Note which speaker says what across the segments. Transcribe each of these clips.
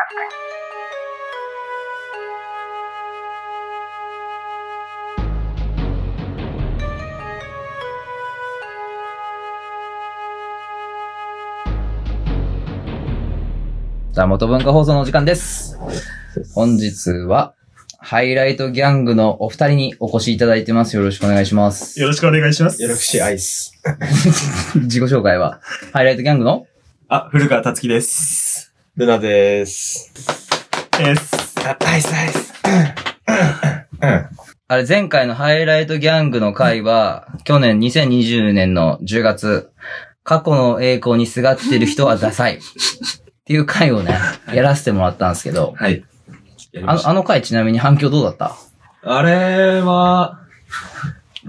Speaker 1: Podcasting.
Speaker 2: さあ、元文化放送のお時間です。本日は、ハイライトギャングのお二人にお越しいただいてます。よろしくお願いします。
Speaker 3: よろしくお願いします。
Speaker 4: よろしくアイス。
Speaker 2: 自己紹介は、ハイライトギャングの
Speaker 3: あ、古川達樹です。
Speaker 4: ルナです。
Speaker 3: です。
Speaker 4: あアイスアイス。
Speaker 2: あれ、前回のハイライトギャングの回は、去年2020年の10月、過去の栄光にすがってる人はダサい。っていう回をね、やらせてもらったんですけど、
Speaker 3: はい。
Speaker 2: あの、あの回ちなみに反響どうだった
Speaker 3: あれは、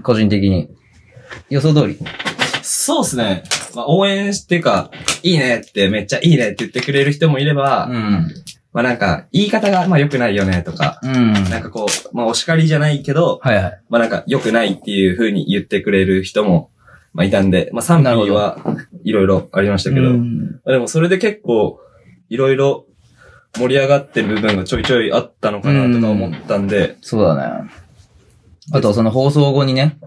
Speaker 2: 個人的に。予想通り。
Speaker 3: そうですね。まあ、応援してか、いいねって、めっちゃいいねって言ってくれる人もいれば、
Speaker 2: うん。
Speaker 3: まあなんか、言い方が、まあ良くないよねとか、
Speaker 2: うん。
Speaker 3: なんかこう、まあお叱りじゃないけど、
Speaker 2: はいはい。
Speaker 3: まあなんか良くないっていう風に言ってくれる人も、まあいたんで、まあ賛
Speaker 2: なるほ
Speaker 3: 否
Speaker 2: ど
Speaker 3: はいろいろありましたけど、
Speaker 2: うん
Speaker 3: まあでもそれで結構、いろいろ盛り上がってる部分がちょいちょいあったのかなとか思ったんで、
Speaker 2: そうだね。あとはその放送後にね、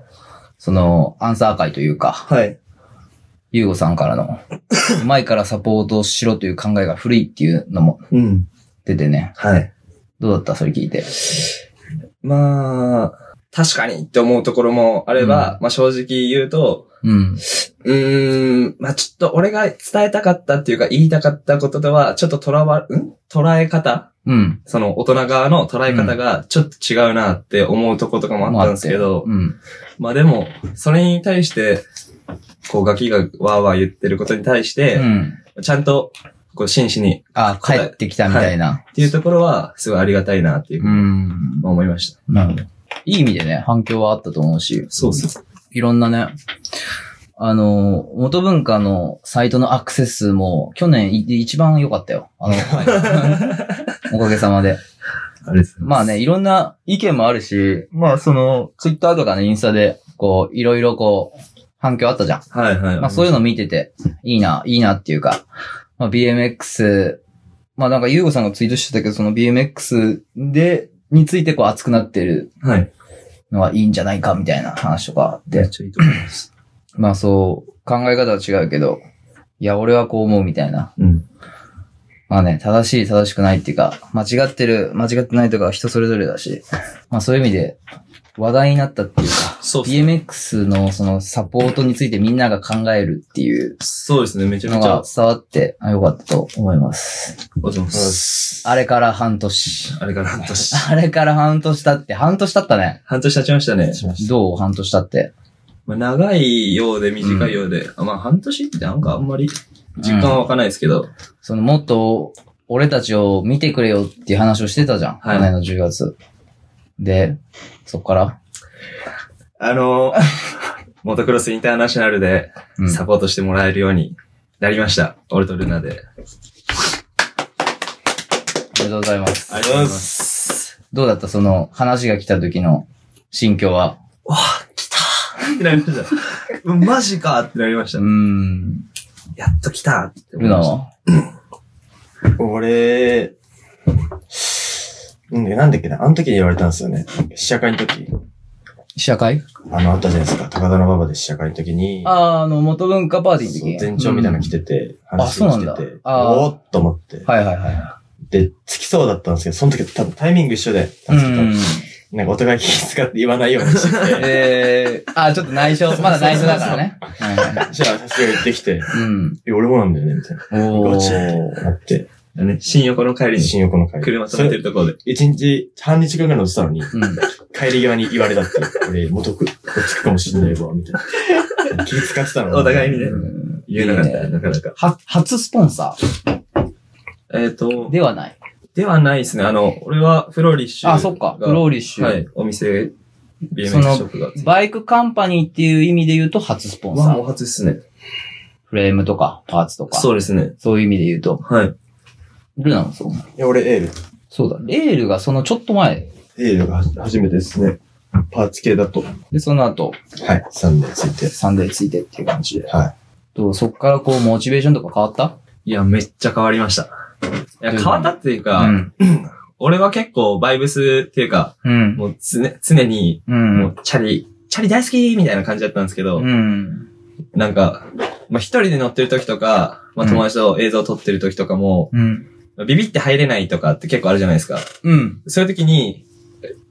Speaker 2: そのアンサー会というか、
Speaker 3: はい。
Speaker 2: ゆうごさんから の、前からサポートしろという考えが古いっていうのも
Speaker 3: うん。
Speaker 2: 出てね、
Speaker 3: はい。
Speaker 2: どうだったそれ聞いて。
Speaker 3: まあ、確かにって思うところもあれば、まあ正直言うと、
Speaker 2: うん。
Speaker 3: うーん、まあちょっと俺が伝えたかったっていうか言いたかったこととは、ちょっととらわ、ん捉え方
Speaker 2: うん。
Speaker 3: その大人側の捉え方がちょっと違うなって思うとことかもあったんですけど、
Speaker 2: うん。
Speaker 3: まあでも、それに対して、こうガキがわーわー言ってることに対し
Speaker 2: う
Speaker 3: て、
Speaker 2: ん。
Speaker 3: ちゃんと、こう真摯に
Speaker 2: あ、帰ってきたみたいな。
Speaker 3: っていうところは、すごいありがたいなっていう
Speaker 2: う、ん。
Speaker 3: 思いました。
Speaker 2: なるほど。いい意味でね、反響はあったと思うし、
Speaker 3: そうそう。
Speaker 2: いろんなね、あの、元文化のサイトのアクセス数も去年い一番良かったよ。 あの、おかげさまで。
Speaker 3: あれです
Speaker 2: まあね、いろんな意見もあるし、まあその、ツイッターとかね、インスタで、こう、いろいろこう、反響あったじゃん。
Speaker 3: はいはい。
Speaker 2: まあそういうの見てて、いいな、いいなっていうか、まあ BMX、まあなんかゆうごさんがツイートしてたけど、その BMX で、についてこう熱くなってる
Speaker 3: はい。
Speaker 2: のはいいんじゃないかみたいな話とかあっ、
Speaker 3: めってちゃいいと思います。
Speaker 2: まあそう、考え方は違うけど、いや、俺はこう思うみたいな。
Speaker 3: うん。
Speaker 2: まあね、正しい正しくないっていうか、間違ってる、間違ってないとかは人それぞれだし、まあそういう意味で話題になったっていうか、
Speaker 3: そう
Speaker 2: BMX のそのサポートについてみんなが考えるっていう
Speaker 3: そうですね。めちゃ
Speaker 2: の
Speaker 3: めちゃ
Speaker 2: が。伝わってあよかったと思います。
Speaker 3: おじます。
Speaker 2: あれから半年。
Speaker 3: あれから半 年。
Speaker 2: あれから半年経って、半年経ったね。
Speaker 3: 半年経ちましたね。
Speaker 2: どう半年経って。
Speaker 3: まあ、長いようで短いようで。まあ半年ってなんかあんまり実感は湧かないですけど。
Speaker 2: そのもっと俺たちを見てくれよっていう話をしてたじゃん。
Speaker 3: はい
Speaker 2: 去年の10月。で、そっから。
Speaker 3: あの ー、モトクロスインターナショナルで
Speaker 2: うん
Speaker 3: サポートしてもらえるようになりました。俺とルナで。
Speaker 2: おめでとうございます。
Speaker 3: ありがとうございます。
Speaker 2: どうだったその話が来た時の心境は。
Speaker 3: ってなりました。うんマジかってなりまし
Speaker 2: う
Speaker 3: た
Speaker 2: ー。ん。
Speaker 3: やっと来たって思
Speaker 2: ル
Speaker 3: い
Speaker 2: ナ
Speaker 3: ました
Speaker 2: は
Speaker 4: 俺、うん、なんだっけな、あの時に言われたんですよね。試写会の時。
Speaker 2: 試写会
Speaker 4: あの、あったじゃないですか。高田馬場で試写会の時に、
Speaker 2: あー、あの、元文化パーティーの
Speaker 4: そう
Speaker 2: 時。
Speaker 4: 前兆みたいなの来てて、
Speaker 2: ん
Speaker 4: 話
Speaker 2: あそ
Speaker 4: を
Speaker 2: う
Speaker 4: して
Speaker 2: なんだ
Speaker 4: て、
Speaker 2: あー
Speaker 4: おーっと思って
Speaker 2: うん。はいはいは
Speaker 4: で、つきそうだったんですけど、その時多分タイミング一緒で、
Speaker 2: い。うん。
Speaker 4: なんかお互い気使って言わないように してて、
Speaker 2: えー、あー、ちょっと内緒、まだ内緒だからね。
Speaker 4: じゃあさすが言ってきて、
Speaker 2: うん。
Speaker 4: いや俺もなんだよね、みたいな。
Speaker 2: お
Speaker 4: ガチ
Speaker 2: ー。
Speaker 4: ってなって、
Speaker 3: ね、新横の帰りに
Speaker 4: 新横の会。
Speaker 3: 車止めてるところで。
Speaker 4: それ一日、半日間ぐらい乗ってたのに、
Speaker 2: うん。
Speaker 4: 帰り際に言われたって。俺、元く、こっちかもしんないわ、みたいな。気使ってたの。
Speaker 3: お互いにね
Speaker 2: うん
Speaker 3: 言えなかった、
Speaker 2: いいね
Speaker 3: なかなか。
Speaker 2: は、初スポンサ
Speaker 3: えっ、
Speaker 2: ー
Speaker 3: と、
Speaker 2: ではない。
Speaker 3: ではないですね。あの、俺はフローリッシュが。
Speaker 2: あ、そっか。フローリッシュ。
Speaker 3: はい、お店、
Speaker 2: そ
Speaker 3: BMX
Speaker 2: の
Speaker 3: ショップが。
Speaker 2: バイクカンパニーっていう意味で言うと初スポン
Speaker 3: まあ、
Speaker 2: サ
Speaker 3: もう
Speaker 2: ー。
Speaker 3: 初っすね。
Speaker 2: フレームとかパーツとか。
Speaker 3: そうですね。
Speaker 2: そういう意味で言うと。
Speaker 3: はい。
Speaker 2: ルナもそう。
Speaker 4: いや、俺、エール。
Speaker 2: そうだ。レールがそのちょっと前。
Speaker 4: エールが初めてですね。パーツ系だと。は
Speaker 2: で、その後、
Speaker 4: い。サンデーついて。
Speaker 2: サンデーついてっていう感じで。
Speaker 4: は
Speaker 2: とそっからこう、モチベーションとか変わった
Speaker 3: いや、めっちゃ変わりました。いや、変わったっていうか、
Speaker 2: うん。
Speaker 3: 俺は結構バイブスっていうか、
Speaker 2: うん。
Speaker 3: もうつね常に、
Speaker 2: う。
Speaker 3: もうんチャリ、チャリ大好きみたいな感じだったんですけど、
Speaker 2: うん。
Speaker 3: なんか、まあ、一人で乗ってる時とか、まあ、
Speaker 2: うん
Speaker 3: 友達と映像撮ってる時とかも、
Speaker 2: うん。
Speaker 3: ビビって入れないとかって結構あるじゃないですか。
Speaker 2: うん。
Speaker 3: そういう時に、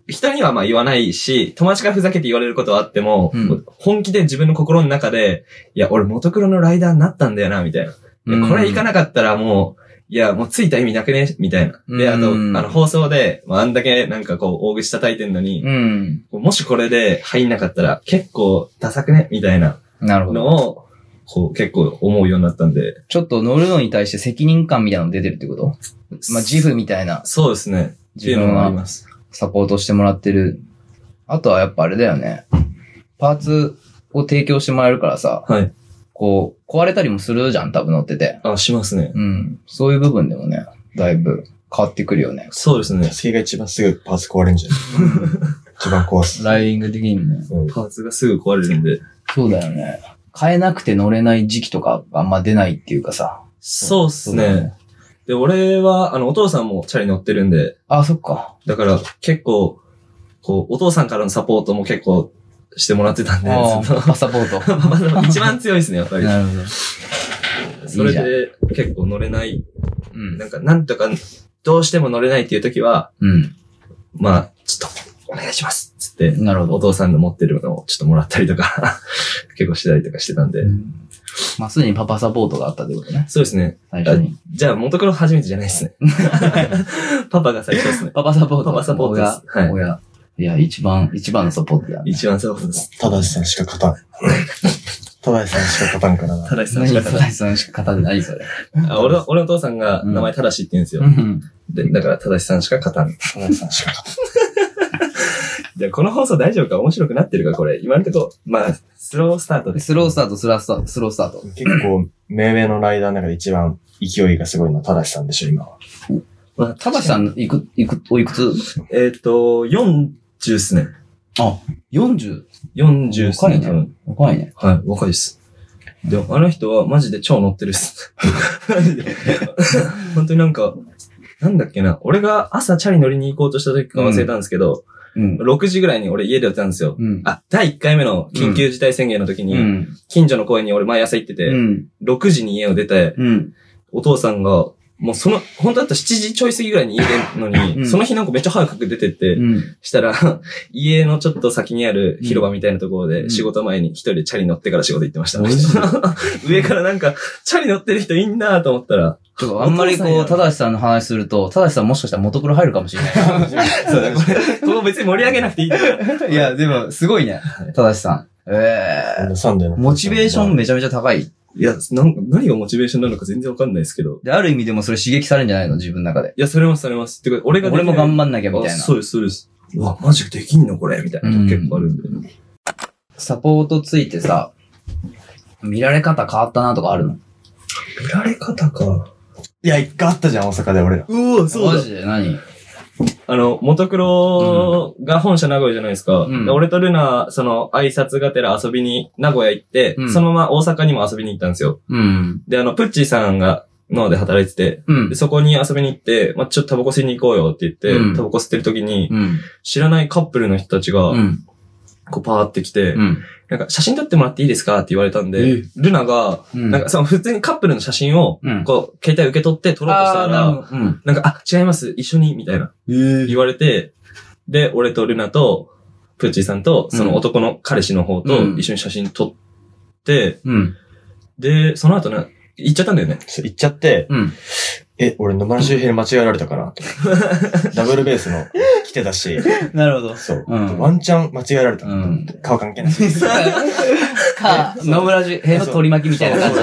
Speaker 3: 人にはまあ言わないし、友達からふざけて言われることはあっても、
Speaker 2: うん
Speaker 3: もう本気で自分の心の中で、いや、俺モトクロのライダーになったんだよな、みたいな。いやこれ行か
Speaker 2: い。
Speaker 3: なかったらもう、いや、もうついた意味なくねみたいな。で、あと、あ
Speaker 2: うん
Speaker 3: の、放送で、まあ、あんだけなんかこう、大口叩いてんのに、
Speaker 2: うん。
Speaker 3: もしこれで入んなかったら、結構、ダサくねみたいな
Speaker 2: なるほど。
Speaker 3: のを、こう、結構思うようになったんで。
Speaker 2: ちょっと乗るのに対して責任感みたいなの出てるってことまあ、自負みたいな
Speaker 3: そうですね。ってい
Speaker 2: 自
Speaker 3: うの
Speaker 2: 分
Speaker 3: もあり
Speaker 2: は
Speaker 3: ます。
Speaker 2: サポートしてもらってる。あとはやっぱあれだよね。パーツを提供してもらえるからさ、
Speaker 3: はい。
Speaker 2: こう、壊れたりもするじゃん、多分乗ってて。
Speaker 3: あ、しますね。
Speaker 2: うん。そういう部分でもね、だいぶ変わってくるよね。
Speaker 3: そうですね。
Speaker 4: 助けが一番すぐパーツ壊れるん じゃない一番壊す。
Speaker 2: ライディング的にもね。
Speaker 4: うん。
Speaker 3: パーツがすぐ壊れるんで。
Speaker 2: そうだよね。変えなくて乗れない時期とかあんま出ないっていうかさ。
Speaker 3: そうっす
Speaker 2: だよ
Speaker 3: ね。。で、俺は、あの、お父さんもチャリ乗ってるんで、
Speaker 2: あ、そっか。
Speaker 3: だから結構、こう、お父さんからのサポートも結構してもらってたんで、
Speaker 2: あ
Speaker 3: その
Speaker 2: あ、サポート。
Speaker 3: まあまあ一番強いですね、やっぱ り。
Speaker 2: なるほど。
Speaker 3: それで結構乗れない。
Speaker 2: うん
Speaker 3: な。んか、なんとか、どうしても乗れないっていう時は、
Speaker 2: うん。
Speaker 3: まあ、ちょっと、お願いしますっつって、
Speaker 2: なるほど
Speaker 3: お。父さんの持ってるものをちょっともらったりとか、 結構してたりとかしてたんで。
Speaker 2: まあ、すでにパパサポートがあったということね。
Speaker 3: そうですね。
Speaker 2: 最初に。
Speaker 3: じゃあ、モトクロ初めてじゃないですね。 パパが最初ですね。
Speaker 2: パパサポー
Speaker 3: パパサポートですはい
Speaker 2: 親。親いや、一番、一番のサポートだよね。
Speaker 3: 一番そうです。
Speaker 4: ただしさんしか勝たん。ただしさんしか勝たんからな。
Speaker 3: ただしさん
Speaker 2: 何
Speaker 3: し
Speaker 2: そ
Speaker 3: か
Speaker 2: れ、
Speaker 3: 勝たな
Speaker 2: 何
Speaker 3: い
Speaker 2: それしか勝たない、それ。
Speaker 3: あ俺の、俺のお父さんが名前ただしって言うんですよ。
Speaker 2: うん。
Speaker 3: で、だから、ただしさんしか勝たん。
Speaker 4: ただしさんしか勝
Speaker 3: じゃあ、この放送大丈夫か面白くなってるかこれ。今のとこ、まあ、スロースタートです。
Speaker 2: スロースタート、スラスタート、スロースタート。
Speaker 4: たん。結構、命名のライダーの中で一番勢いがすごいのはただしさんでしょ、今は。
Speaker 3: まあ、
Speaker 2: ただしさん、いく、いく、おいくつ
Speaker 3: えっ、と、40っすね。
Speaker 2: あ、40。
Speaker 3: 40っす
Speaker 2: 若
Speaker 3: ね。
Speaker 2: いね
Speaker 3: 多分
Speaker 2: 若いね。
Speaker 3: はい、若いっす。でも、あの人はマジで超乗ってるっす。 マジで。本当になんか、なんだっけな。俺が朝チャリ乗りに行こうとした時か忘れたんですけど、
Speaker 2: うん。
Speaker 3: 6時ぐらいに俺家でやってたんですよ。
Speaker 2: うん。
Speaker 3: あ、第1回目の緊急事態宣言の時
Speaker 2: う
Speaker 3: に、
Speaker 2: ん。
Speaker 3: 近所の公園に俺毎朝行ってて、
Speaker 2: うん。
Speaker 3: 6時に家を出て、
Speaker 2: うん。
Speaker 3: お父さんが、もうその、本当だったら7時ちょい過ぎぐらいに家出るのに、
Speaker 2: うん
Speaker 3: その日なんかめっちゃ早く出てって、
Speaker 2: うん。
Speaker 3: したら、家のちょっと先にある広場みたいなところ
Speaker 2: う
Speaker 3: で、
Speaker 2: ん
Speaker 3: 仕事前に一人でチャリ乗ってから仕事行ってました。
Speaker 2: マジ
Speaker 3: 上からなんか、チャリ乗ってる人いんなと思ったら、
Speaker 2: ちょっとあんまり
Speaker 3: お父さん
Speaker 2: こう、
Speaker 3: や
Speaker 2: ただしさんの話すると、ただしさんもしかしたら元プロ入るかもしれない。
Speaker 3: そうだ、これ、ここ別に盛り上げなくていいから。
Speaker 2: いや、でも、すごいね。 ただしさん。ええ
Speaker 4: サンデーの
Speaker 2: モチベーション
Speaker 4: ま
Speaker 2: めちゃめちゃ高い。
Speaker 3: いや、なんか何がモチベーションなのか全然わかんないですけど。
Speaker 2: で、ある意味でもそれ刺激されるんじゃないの自分の中で。
Speaker 3: いや、それもそれます。てか、俺が
Speaker 2: 俺も頑
Speaker 3: 張
Speaker 2: 張んなきゃみたいな。
Speaker 3: そうです、そうです。うわ、マジでできんのこれみたいな。
Speaker 2: うん
Speaker 3: 結構あるんで。
Speaker 2: サポートついてさ、見られ方変わったなとかあるの
Speaker 3: 見られ方か。
Speaker 4: あいや、一回あったじゃん、大阪で俺ら。
Speaker 3: うわ、そう
Speaker 2: マ
Speaker 3: だ。
Speaker 2: ジで何
Speaker 3: あの、モトクロが本社名古屋じゃないですか。
Speaker 2: うん
Speaker 3: で俺とルナ、その、挨拶がてら遊びに、名古屋行って、
Speaker 2: うん
Speaker 3: そのまま大阪にも遊びに行ったんですよ。
Speaker 2: うん。
Speaker 3: で、あの、プッチーさんが、脳で働いてて、
Speaker 2: うん
Speaker 3: で。そこに遊びに行って、まあ、ちょっとタバコ吸いに行こうよって言って、
Speaker 2: うん
Speaker 3: タバコ吸ってる時に、
Speaker 2: うん。
Speaker 3: 知らないカップルの人たちが
Speaker 2: う、ん。
Speaker 3: こうパーって来て、
Speaker 2: うん。
Speaker 3: なんか写真撮ってもらっていいですかって言われたんで
Speaker 2: え、
Speaker 3: ルナが、
Speaker 2: うん。
Speaker 3: なんかその普通にカップルの写真を、
Speaker 2: うん、
Speaker 3: こう、携帯受け取って撮ろうとした
Speaker 2: あーな
Speaker 3: ら、
Speaker 2: るほどうん。
Speaker 3: なんか、あ、違います、一緒に、みたいな。言われて、で、俺とルナと、プッチーさんと、その男の彼氏の方と
Speaker 2: うん
Speaker 3: 一緒に写真撮って、
Speaker 2: うん。
Speaker 3: で、その後ね、行っちゃったんだよね。
Speaker 4: そう行っちゃって、
Speaker 2: うん。
Speaker 4: え、俺野村周平に間違えられたから、と ダブルベースの来てたし、
Speaker 2: な るほど。
Speaker 4: そう。
Speaker 2: うん
Speaker 4: ワンチャン間違えられた。
Speaker 2: うん
Speaker 4: 顔関係ない。
Speaker 2: か、野村じ、への取り巻きみたいな感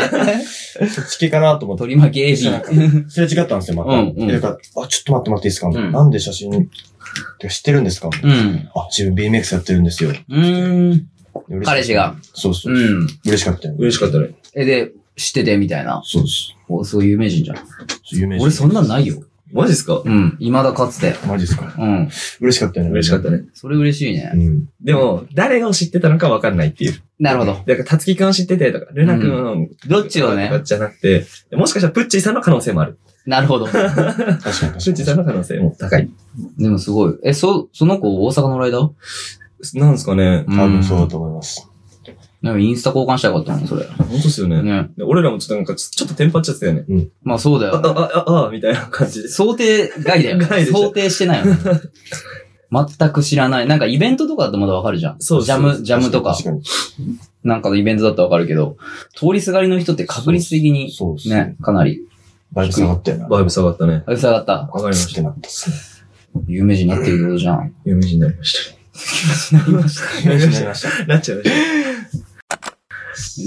Speaker 2: じ。
Speaker 4: そっち系かなと思って、
Speaker 2: 取り巻き AB。
Speaker 4: すれ違ったんですよ、また。
Speaker 2: うんうん
Speaker 4: でだからあ、ちょっと待ってもらっていいですか、
Speaker 2: ん
Speaker 4: なんで写真、てか知ってるんですか、
Speaker 2: うん。
Speaker 4: あ、自分 BMX やってるんですよ。
Speaker 2: うーん。
Speaker 4: で嬉しかった
Speaker 2: 彼氏が。
Speaker 4: そうそう。
Speaker 2: うん。
Speaker 4: 嬉しかったよ。
Speaker 3: 嬉しかったね。
Speaker 2: え、で、知っててみたいな。
Speaker 4: そうです。
Speaker 2: おそういう有名人じゃん。
Speaker 4: 有名人
Speaker 2: 俺そんなんないよ。
Speaker 3: マジっすか
Speaker 2: うん。未だかつて。
Speaker 4: マジですか
Speaker 2: うん。
Speaker 4: 嬉しかったよね。
Speaker 3: 嬉しかったね。
Speaker 2: それ嬉しいね
Speaker 4: う。ん。
Speaker 3: でも、誰を知ってたのかわかんないっていう。
Speaker 2: なるほど。
Speaker 3: だから、たつきくんを知っててとか、ルナくん、
Speaker 2: どっちを
Speaker 3: と
Speaker 2: ね
Speaker 3: か。じゃなくて、もしかしたらプッチーさんの可能性もある。
Speaker 2: なるほど。
Speaker 4: 確かに確か
Speaker 3: 俊
Speaker 4: に
Speaker 3: 治さんの可能性も高い。
Speaker 2: でもすごい。え、そ、その子大阪のライダー
Speaker 3: なんですかね。
Speaker 4: 多分そうだと思います。
Speaker 2: なんかインスタ交換したらよかったのそれ。
Speaker 3: 本当ですよね。
Speaker 2: ね。
Speaker 3: で俺らもちょっとなんか、ちょちょっとテンパっちゃってたよね。
Speaker 2: まあそうだ
Speaker 3: あ、あ
Speaker 2: よ、ね。、
Speaker 3: あ、あ、あ、みたいな感じです。
Speaker 2: 想定外だ よ、ね。
Speaker 3: 外でした
Speaker 2: 想定してないよ、ね。全く知らない。なんかイベントとかだとまだわかるじゃん。
Speaker 3: そうそう
Speaker 2: ジャム、ジャムとか
Speaker 4: 確、かに。確
Speaker 2: なんかのイベントだったらわかるけど、通りすがりの人って確率的
Speaker 4: に
Speaker 2: に、
Speaker 4: そうですね
Speaker 2: ね。、かなり。
Speaker 4: バイク下がったよな。
Speaker 3: バイブ下がったね。
Speaker 2: あ、下がった。
Speaker 4: わかりました。ってなったっすね。
Speaker 2: 有名人になってることじゃん。
Speaker 3: 有名人になりました。
Speaker 4: なりました。
Speaker 3: なっちゃいまし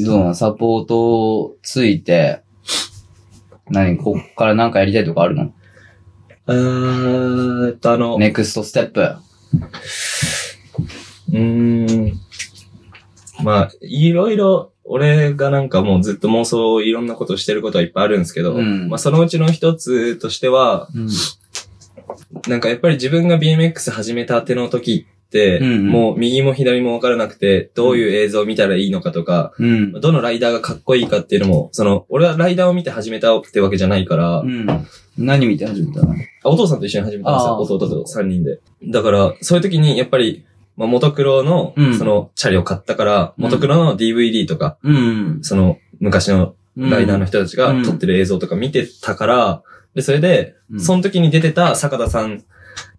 Speaker 2: どうなんサポートついて、何こっからなんかやりたいとかあるの
Speaker 3: た。えーっと、あの、
Speaker 2: ネクストステップ。
Speaker 3: うーん。まあ、いろいろ、俺がなんかもうずっと妄想をいろんなことしてることはいっぱいあるんですけど、
Speaker 2: うん
Speaker 3: まあそのうちの一つとしては、
Speaker 2: うん。
Speaker 3: なんかやっぱり自分が BMX 始めたての時って、
Speaker 2: うんうん
Speaker 3: もう右も左もわからなくて、どういう映像を見たらいいのかとか、
Speaker 2: うん。
Speaker 3: どのライダーがかっこいいかっていうのも、その、俺はライダーを見て始めたってわけじゃないから、
Speaker 2: うん。何見て始めたの
Speaker 3: あお父さんと一緒に始めたんですよ。
Speaker 2: あー
Speaker 3: 弟と3人で。だから、そういう時に、やっぱり、まあ、モトクロの
Speaker 2: うん、
Speaker 3: その、チャリを買ったから、
Speaker 2: うん
Speaker 3: モトクロの DVD とか、
Speaker 2: うん。
Speaker 3: その、昔のライダーの人たちが
Speaker 2: うん
Speaker 3: 撮ってる映像とか見てたから、で、それで、
Speaker 2: うん
Speaker 3: その時に出てた坂田さん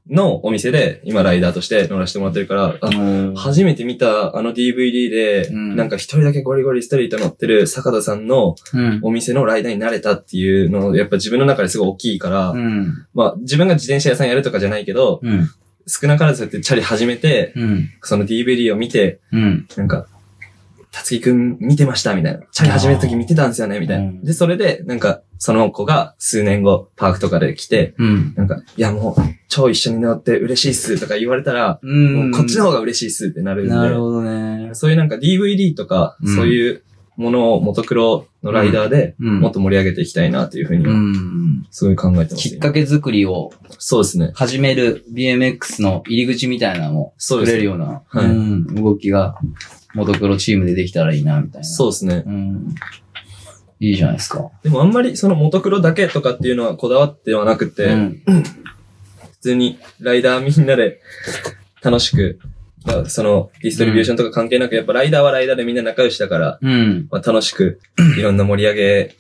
Speaker 3: のお店で、今ライダーとして乗らせてもらってるから、あ
Speaker 2: うん
Speaker 3: 初めて見たあの DVD で、
Speaker 2: うん
Speaker 3: なんか一人だけゴリゴリストリート乗ってる坂田さんの
Speaker 2: うん。
Speaker 3: お店のライダーになれたっていうの、やっぱ自分の中ですごい大きいから、
Speaker 2: うん。
Speaker 3: まあ、自分が自転車屋さんやるとかじゃないけど、
Speaker 2: うん。
Speaker 3: 少なからずそうやってチャリ始めて、
Speaker 2: うん。
Speaker 3: その DVD を見て、
Speaker 2: うん。
Speaker 3: なんか、たつきくん見てましたみたいな。チャリ始めた時見てたんですよねみたい
Speaker 2: あ
Speaker 3: な
Speaker 2: ー。
Speaker 3: で、それで、なんか、その子が数年後、パークとかで来て、
Speaker 2: うん。
Speaker 3: なんか、いやもう、超一緒に乗って嬉しいっすとか言われたら、
Speaker 2: う
Speaker 3: もうこっちの方が嬉しいっすってなるんで、
Speaker 2: なるほどね。
Speaker 3: そういうなんか DVD とか、
Speaker 2: うん
Speaker 3: そういうものをモトクロのライダーで、
Speaker 2: うん
Speaker 3: もっと盛り上げていきたいなというふうに
Speaker 2: う
Speaker 3: は、
Speaker 2: ん。
Speaker 3: すごい考えてます、
Speaker 2: きっかけ作りを
Speaker 3: そうですね。
Speaker 2: 始める BMX の入り口みたいなのも
Speaker 3: そう
Speaker 2: 作れ
Speaker 3: ですね
Speaker 2: るような、
Speaker 3: はい
Speaker 2: うん動きが、モトクロチームでできたらいいな、みたいな。
Speaker 3: そうですね。
Speaker 2: うん。いいじゃないですか。
Speaker 3: でもあんまりそのモトクロだけとかっていうのはこだわってはなくて、
Speaker 2: うん。
Speaker 3: 普通にライダーみんなで 楽しく、まあ、そのディストリビューションとか関係なく、やっぱライダーはライダーでみんな仲良しだから、
Speaker 2: うん。
Speaker 3: まあ、楽し くいろんな盛り上げ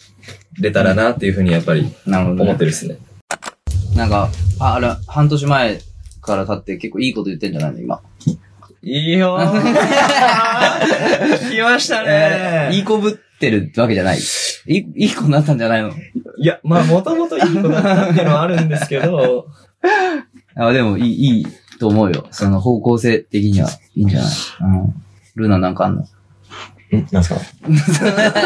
Speaker 3: れたらなっていうふうにやっぱり
Speaker 2: なるほど、
Speaker 3: 思っ
Speaker 2: ね
Speaker 3: て。るですね。
Speaker 2: なんか、あ、あら、半年前から経って結構いいこと言ってんじゃないの今。
Speaker 3: いいよ来ました
Speaker 2: えーいい子ぶってるわけじゃない。いい、いい子になったんじゃないの
Speaker 3: いや、まあもともといい子だったっていうのはあるんですけ ど、
Speaker 2: あ、でも、いい、いいと思うよ。その方向性的にはいいんじゃないうん。ルナなんかあんの
Speaker 4: んなんすか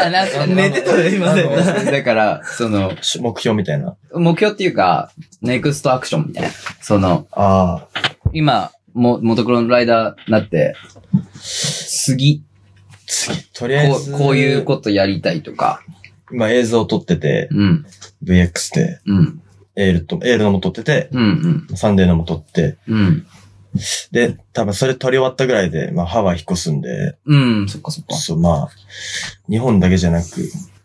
Speaker 2: なんか
Speaker 3: 寝てたね今
Speaker 2: ね。だから、その、
Speaker 4: し目標みたいな。
Speaker 2: 目標っていうか、ネクストアクションみたいな。その、
Speaker 4: ああ、
Speaker 2: 今、も、モトクロのライダーになって、次、
Speaker 4: 次、とりあえ
Speaker 2: こ
Speaker 4: ず、
Speaker 2: う、こういうことやりたいとか。
Speaker 4: 今映像撮ってて、
Speaker 2: うん、
Speaker 4: VX で、
Speaker 2: うん、
Speaker 4: エールと、エールのも撮ってて、
Speaker 2: うん、うん、
Speaker 4: サンデーのも撮って、
Speaker 2: うん。
Speaker 4: で、多分それ撮り終わったぐらいで、まあハワイ引っ越すんで、
Speaker 2: うん、そっかそっか。
Speaker 4: そう、まあ、日本だけじゃなく、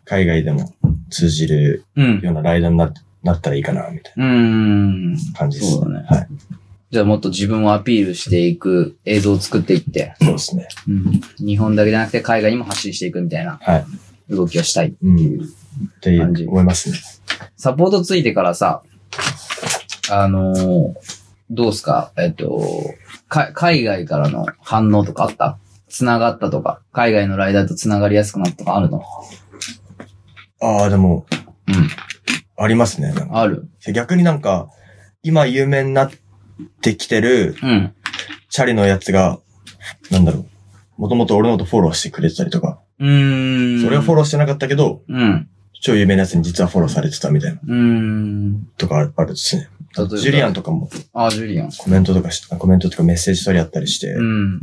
Speaker 4: 海外でも通じる
Speaker 2: うん。
Speaker 4: ようなライダーにななったらいいかな、みたいう
Speaker 2: ーん。
Speaker 4: な感じです。
Speaker 2: そうだね
Speaker 4: はい。
Speaker 2: じゃあもっと自分をアピールしていく映像を作っていって、
Speaker 4: そうですね。
Speaker 2: 日本だけじゃなくて海外にも発信していくみたいな
Speaker 4: はい。
Speaker 2: 動きをしたい。
Speaker 4: うん。って思いますね。
Speaker 2: サポートついてからさ、あのーどうすかえっと、か、海外からの反応とかあった繋がったとか、海外のライダーと繋がりやすくなったとかあるの
Speaker 4: ああ、でも、
Speaker 2: うん。
Speaker 4: ありますね。なんか
Speaker 2: ある
Speaker 4: 逆になんか、今有名になってきてる
Speaker 2: うん。
Speaker 4: チャリのやつが、なんだろう。もともと俺のことフォローしてくれてたりとか、
Speaker 2: うーん。
Speaker 4: それはフォ
Speaker 2: ロ
Speaker 4: ローしてなかったけど、
Speaker 2: ー。うん。
Speaker 4: 超有名なやつに実はフォローされてたみたいな、
Speaker 2: うーん。
Speaker 4: とかあるしね。
Speaker 2: 例えば
Speaker 4: ジュリアンとかも
Speaker 2: あ、ジュリアン。
Speaker 4: コメントとかし、コメントとかメッセージ取り合ったりして、
Speaker 2: う
Speaker 4: っ
Speaker 2: ん。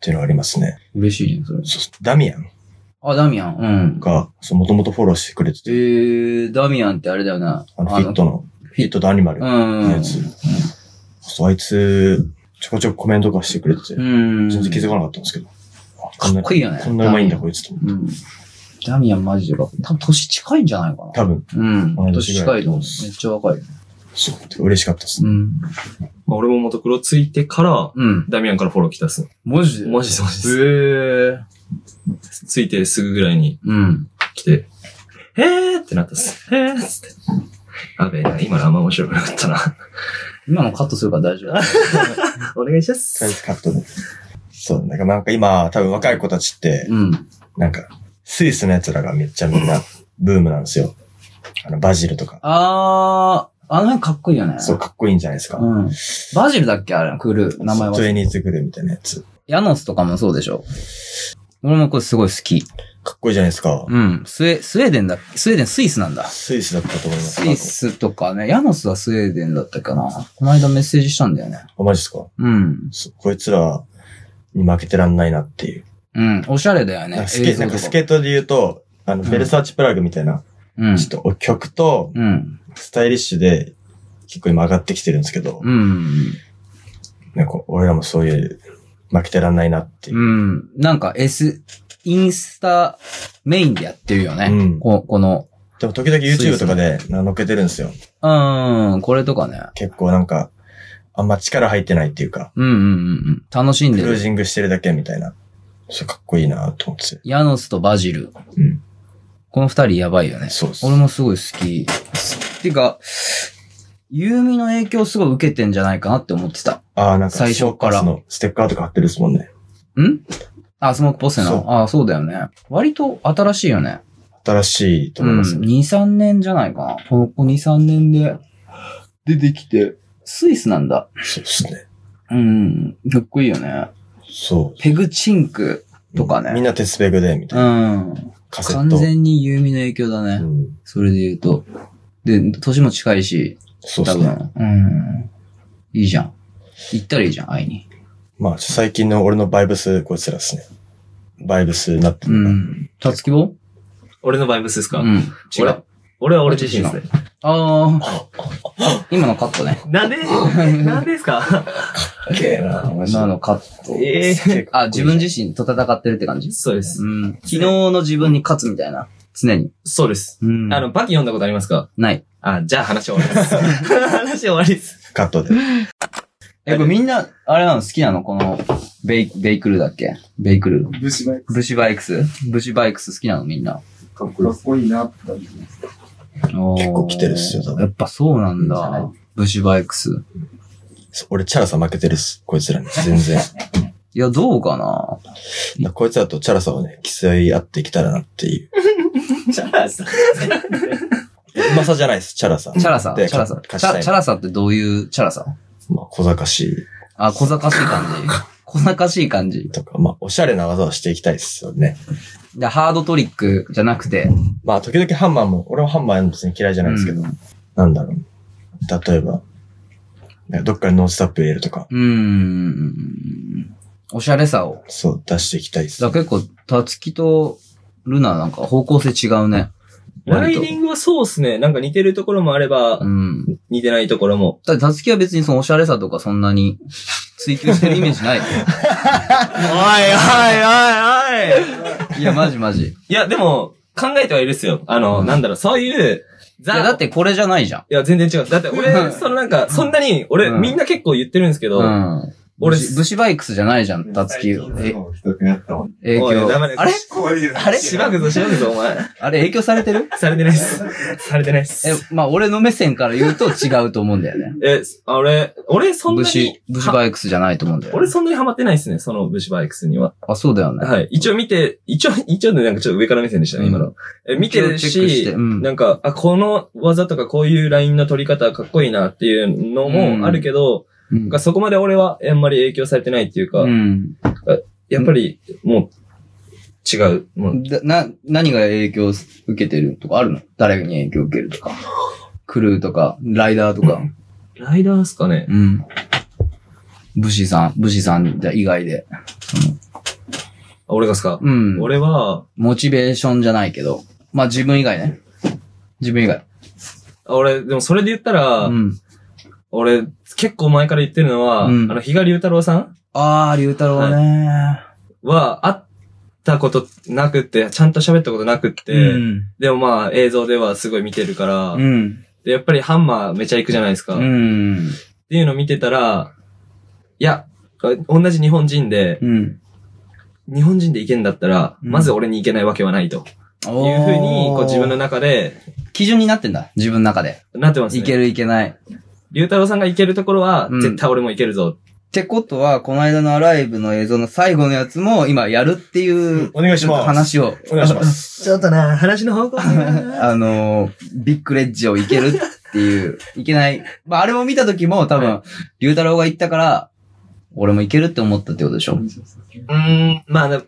Speaker 4: ていうのはありますね。
Speaker 2: 嬉しいね、それ。
Speaker 4: そうそうダミアン
Speaker 2: あ、ダミアン。うん。
Speaker 4: が、そう、もともとフォローしてくれて
Speaker 2: え
Speaker 4: て、
Speaker 2: ー、ダミアンってあれだよな。
Speaker 4: あの、フィットの、フィットとアニマル
Speaker 2: う
Speaker 4: の
Speaker 2: ん。
Speaker 4: やつ。そう、あいつ、ちょこちょこコメントとかしてくれてて
Speaker 2: う、ん。
Speaker 4: 全然気づかなかったんですけど。あこん
Speaker 2: かっ
Speaker 4: な
Speaker 2: こいいよね。
Speaker 4: こんなうまいんだ、こいつと思って。
Speaker 2: うん。ダミアンマジでかっこいい。多分年近いんじゃないかな。
Speaker 4: 多分、
Speaker 2: うん。
Speaker 4: 同い
Speaker 2: 年
Speaker 4: 年ぐ
Speaker 2: 近
Speaker 4: ら
Speaker 2: い
Speaker 4: い
Speaker 2: と思う。めっちゃ若いよ。
Speaker 4: そう、嬉しかったです。
Speaker 2: うん。
Speaker 3: まあ俺もモトクロついてから、
Speaker 2: うん。
Speaker 3: ダミアンからフォロー来たっすね。
Speaker 2: マジで
Speaker 3: マジでマジで
Speaker 2: へー。
Speaker 3: す。ついてすぐぐらいに
Speaker 2: うん。
Speaker 3: 来て、へーってなったっす。へーっつって。やべえな、今のあんま面白くなかったな。
Speaker 2: 今のカットするから大丈夫。
Speaker 3: お願いしま
Speaker 4: カ
Speaker 3: す。
Speaker 4: ットで。そう、なんかなんか今、多分若い子たちって、
Speaker 2: うん。
Speaker 4: なんか、スイスの奴らがめっちゃみんな、ブームなんですよ。あの、バジルとか。
Speaker 2: あー、あの辺かっこいいよね。
Speaker 4: そう、かっこいいんじゃないですか。
Speaker 2: うん。バジルだっけあれ、クルー。名前は。
Speaker 4: トゥエニーズグルーみたいなやつ。
Speaker 2: ヤノスとかもそうでしょ。俺もこれすごい好き。
Speaker 4: かっこいいじゃないですか。
Speaker 2: うん。スウェ、スウェーデンだっけスウェーデン、スイスなんだ。
Speaker 4: スイスだったと思います。
Speaker 2: スイスとかね、ヤノスはスウェーデンだったかな。この間メッセージしたんだよね。
Speaker 4: あ、マジっすか
Speaker 2: うん。
Speaker 4: そうこいつらに負けてらんないなっていう。
Speaker 2: うん。おしゃれだよ
Speaker 4: なん
Speaker 2: ね。
Speaker 4: かスケ
Speaker 2: 映像
Speaker 4: なん
Speaker 2: と
Speaker 4: か
Speaker 2: か
Speaker 4: スケートで言うと、あの、
Speaker 2: うん
Speaker 4: ベルサーチプラグみたいな、
Speaker 2: うん。
Speaker 4: ちょっと曲と
Speaker 2: うん。
Speaker 4: スタイリッシュで結構今上がってきてるんですけど、
Speaker 2: うん。
Speaker 4: なんか俺らもそういう負けてらんないなっていうう。
Speaker 2: ん。なんか S、インスタメインでやってるよね。
Speaker 4: うん
Speaker 2: ここの、
Speaker 4: でも時々 YouTube とかでな乗っけてるんですよ。
Speaker 2: うん、これとかね。
Speaker 4: 結構なんか、あんま力入ってないっていうか、
Speaker 2: うんうんうんうん。楽しん
Speaker 4: ク
Speaker 2: で
Speaker 4: ルー
Speaker 2: る。
Speaker 4: ジングしてるだけみたいな。そうかっこいいなと思って。
Speaker 2: ヤノスとバジル。
Speaker 4: うん。
Speaker 2: この二人やばいよね。
Speaker 4: そうっす。
Speaker 2: 俺もすごい好き。てか、ユーミの影響すごい受けてんじゃないかなって思ってた。
Speaker 4: ああ、なんか、
Speaker 2: 最初から
Speaker 4: ショーパスのステッカーとか貼ってるっすもんね。
Speaker 2: んあ、スモークポッセ
Speaker 4: そう
Speaker 2: の。あ、そうだよね。割と新しいよね。
Speaker 4: 新しいと思います
Speaker 2: うん。
Speaker 4: ね。
Speaker 2: 2、3年じゃないかな。ここ2、3年で出てきて。スイスなんだ。
Speaker 4: そうっすね。
Speaker 2: うん。かっこいいよね。
Speaker 4: そう。
Speaker 2: ペグチンクとかね
Speaker 4: みんな鉄ペグで、みたいうな。
Speaker 2: ん。
Speaker 4: カセッ
Speaker 2: 完
Speaker 4: ト。
Speaker 2: 全にユーミの影響だね。
Speaker 4: うん
Speaker 2: それで言うと。で、年も近いし、
Speaker 4: そうで
Speaker 2: 多
Speaker 4: すね。
Speaker 2: 分。うん。いいじゃん。行ったらいいじゃん、会いに。
Speaker 4: まあ、ちょ最近の俺のバイブス、こいつらですね。バイブスになって
Speaker 2: う
Speaker 4: るのが。
Speaker 2: ん。たつきぼ
Speaker 3: 俺のバイブスですか、
Speaker 2: うん。
Speaker 3: 違う。俺は俺自身ですね。
Speaker 2: ああ。今のカットね。
Speaker 3: なんで、 なんでですか
Speaker 4: かっけえな、マジで
Speaker 2: 今のカット。
Speaker 3: ええ
Speaker 2: あ、自分自身と戦ってるって感じ
Speaker 3: そうです。
Speaker 2: うん。昨日の自分に勝つみたいな。常に。
Speaker 3: そうです。
Speaker 2: うん
Speaker 3: あの、、バキ読んだことありますか
Speaker 2: ない。
Speaker 3: あ、じゃあ話終わりです。 話終わりです。
Speaker 4: カットで。
Speaker 2: え、これみんな、あれなの好きなのこの、ベイ、ベイクルーだっけベイクルー。
Speaker 1: ブシバイ
Speaker 2: ブシバイクスブシバイクス好きなのみんな。
Speaker 1: かっこいいなって感じです。
Speaker 2: 結
Speaker 4: 構来てるっすよ多分
Speaker 2: やっぱそうなん
Speaker 1: いいんじゃ
Speaker 2: だ
Speaker 1: な。
Speaker 2: ブシバイクス。
Speaker 4: そう俺、チャラさ負けてるっす。こいつらに。全然。
Speaker 2: いや、どうかな
Speaker 4: こいつらとチャラさをね、競い合っていけたらなっていう。
Speaker 3: じゃあさ、
Speaker 4: うまさじゃないです、チャラさ。
Speaker 2: チャラさ、チ
Speaker 4: で
Speaker 2: ャラさ。チ
Speaker 4: 勝ちた
Speaker 2: ャ
Speaker 4: い
Speaker 2: チャラさってどういうチャラさ
Speaker 4: まあ、小賢しい
Speaker 2: あ、小賢しい感じ。小賢しい感じ。
Speaker 4: とか、まあ、おしゃれな技をしていきたいっすよね。
Speaker 2: で、ハードトリックじゃなくて。
Speaker 4: まあ、時々ハンマーも、俺もハンマー別に嫌いじゃないですけど、なんだろう。例えば、なんかどっかにノンスタップ入れるとか、
Speaker 2: うーん。おしゃれさを。
Speaker 4: そう、出していきたいっす
Speaker 2: だ。から結構、たつきとルナなんか方向性違うね。
Speaker 3: ラ
Speaker 2: 割
Speaker 3: イ
Speaker 2: と
Speaker 3: ディングはそうですね。なんか似てるところもあれば、
Speaker 2: うん。
Speaker 3: 似てないところも。
Speaker 2: だってたつきは別にそのおしゃれさとかそんなに追求してるイメージない。
Speaker 3: おいおいおいおい
Speaker 2: いや、マジマジ。い
Speaker 3: いや、でも、考えてはいるっすよ。あの、
Speaker 2: うん
Speaker 3: なんだろう、そういう、ザ
Speaker 2: や、だってこれじゃないじゃん。
Speaker 3: いや、全然違う。だって
Speaker 2: う
Speaker 3: 俺、
Speaker 2: ん
Speaker 3: そのなんか、そんなに、俺、
Speaker 2: うん
Speaker 3: みんな結構言ってるんですけど、
Speaker 2: うん。
Speaker 3: 俺
Speaker 2: ブシブシバイクスじゃないじゃん、たつき。え
Speaker 1: え、ひどくなったもん。
Speaker 2: 影
Speaker 3: おいダ
Speaker 2: 響。
Speaker 3: メだよ
Speaker 2: あれ
Speaker 1: こういう。
Speaker 2: あれ
Speaker 3: しばくぞ、しばくぞ、お前。
Speaker 2: あれ影響されてる
Speaker 3: されてないっす。されてないっ
Speaker 2: え
Speaker 3: す。、
Speaker 2: まあ、俺の目線から言うと違うと思うんだよね。
Speaker 3: え、あれ、俺そんな
Speaker 2: ブ
Speaker 3: に、
Speaker 2: シ、ブシ
Speaker 3: は
Speaker 2: バイクスじゃないと思うんだよ。
Speaker 3: 俺そんなにハマってないっすね、そのブシバイクスには。
Speaker 2: あ、そうだよね。
Speaker 3: はい。一応見て、一応、 一応ね、なんかちょっと上から目線でしたね、今
Speaker 2: う
Speaker 3: の。え、見てる
Speaker 2: 一応チェックし、
Speaker 3: して
Speaker 2: うん
Speaker 3: なんか、あ、この技とかこういうラインの取り方かっこいいなっていうの
Speaker 2: うん
Speaker 3: もあるけ
Speaker 2: う
Speaker 3: ど、
Speaker 2: ん
Speaker 3: がそこまで俺はあんまり影響されてないっていうか、
Speaker 2: うん。
Speaker 3: やっぱり、もう、違う。もう
Speaker 2: だな、何が影響す受けてるとかあるの誰に影響受けるとか。クルーとか、ライダーとか。
Speaker 3: ライダーっすかね。
Speaker 2: うん。ブシさん、ブシさん以外で。
Speaker 3: あ俺がっすか、
Speaker 2: うん。
Speaker 3: 俺は、
Speaker 2: モチベーションじゃないけど。まあ、自分以外ね。自分以外。
Speaker 3: あ俺、でもそれで言ったら、
Speaker 2: うん。
Speaker 3: 俺、結構前から言ってるのは、
Speaker 2: うん
Speaker 3: あの、比嘉龍太郎さん
Speaker 2: あー、龍太郎ね。
Speaker 3: は、あったことなくて、ちゃんと喋ったことなくって、
Speaker 2: うん。
Speaker 3: でもまあ映像ではすごい見てるから、
Speaker 2: うん。
Speaker 3: で、やっぱりハンマーめちゃ行くじゃないですか。
Speaker 2: う
Speaker 3: っ
Speaker 2: ん。
Speaker 3: ていうのを見てたら、いや、同じ日本人で、
Speaker 2: うん。
Speaker 3: 日本人で行けんだったら、
Speaker 2: うん
Speaker 3: まず俺に行けないわけはないと。
Speaker 2: お
Speaker 3: いうふうに、こう自分の
Speaker 2: の、
Speaker 3: 中で、
Speaker 2: 基準になってんだ。自分の中で。
Speaker 3: なってますね。
Speaker 2: いけるいけない。っ
Speaker 3: 龍太郎さんが行けるところは、
Speaker 2: うん
Speaker 3: 絶対俺も行けるぞ。
Speaker 2: てことは、この間のアライブの映像の最後のやつも、今やるっていう
Speaker 4: お願いします。
Speaker 2: 話を、
Speaker 4: お願いします。
Speaker 3: ちょっとな、話の方 向
Speaker 2: あのー、ビッグレッジをいけるっていう、いけない。まあ、あれも見た時も多分、龍太郎が言ったから、俺もいけるって思ったってことでしょ。
Speaker 3: うーん、まあ、でも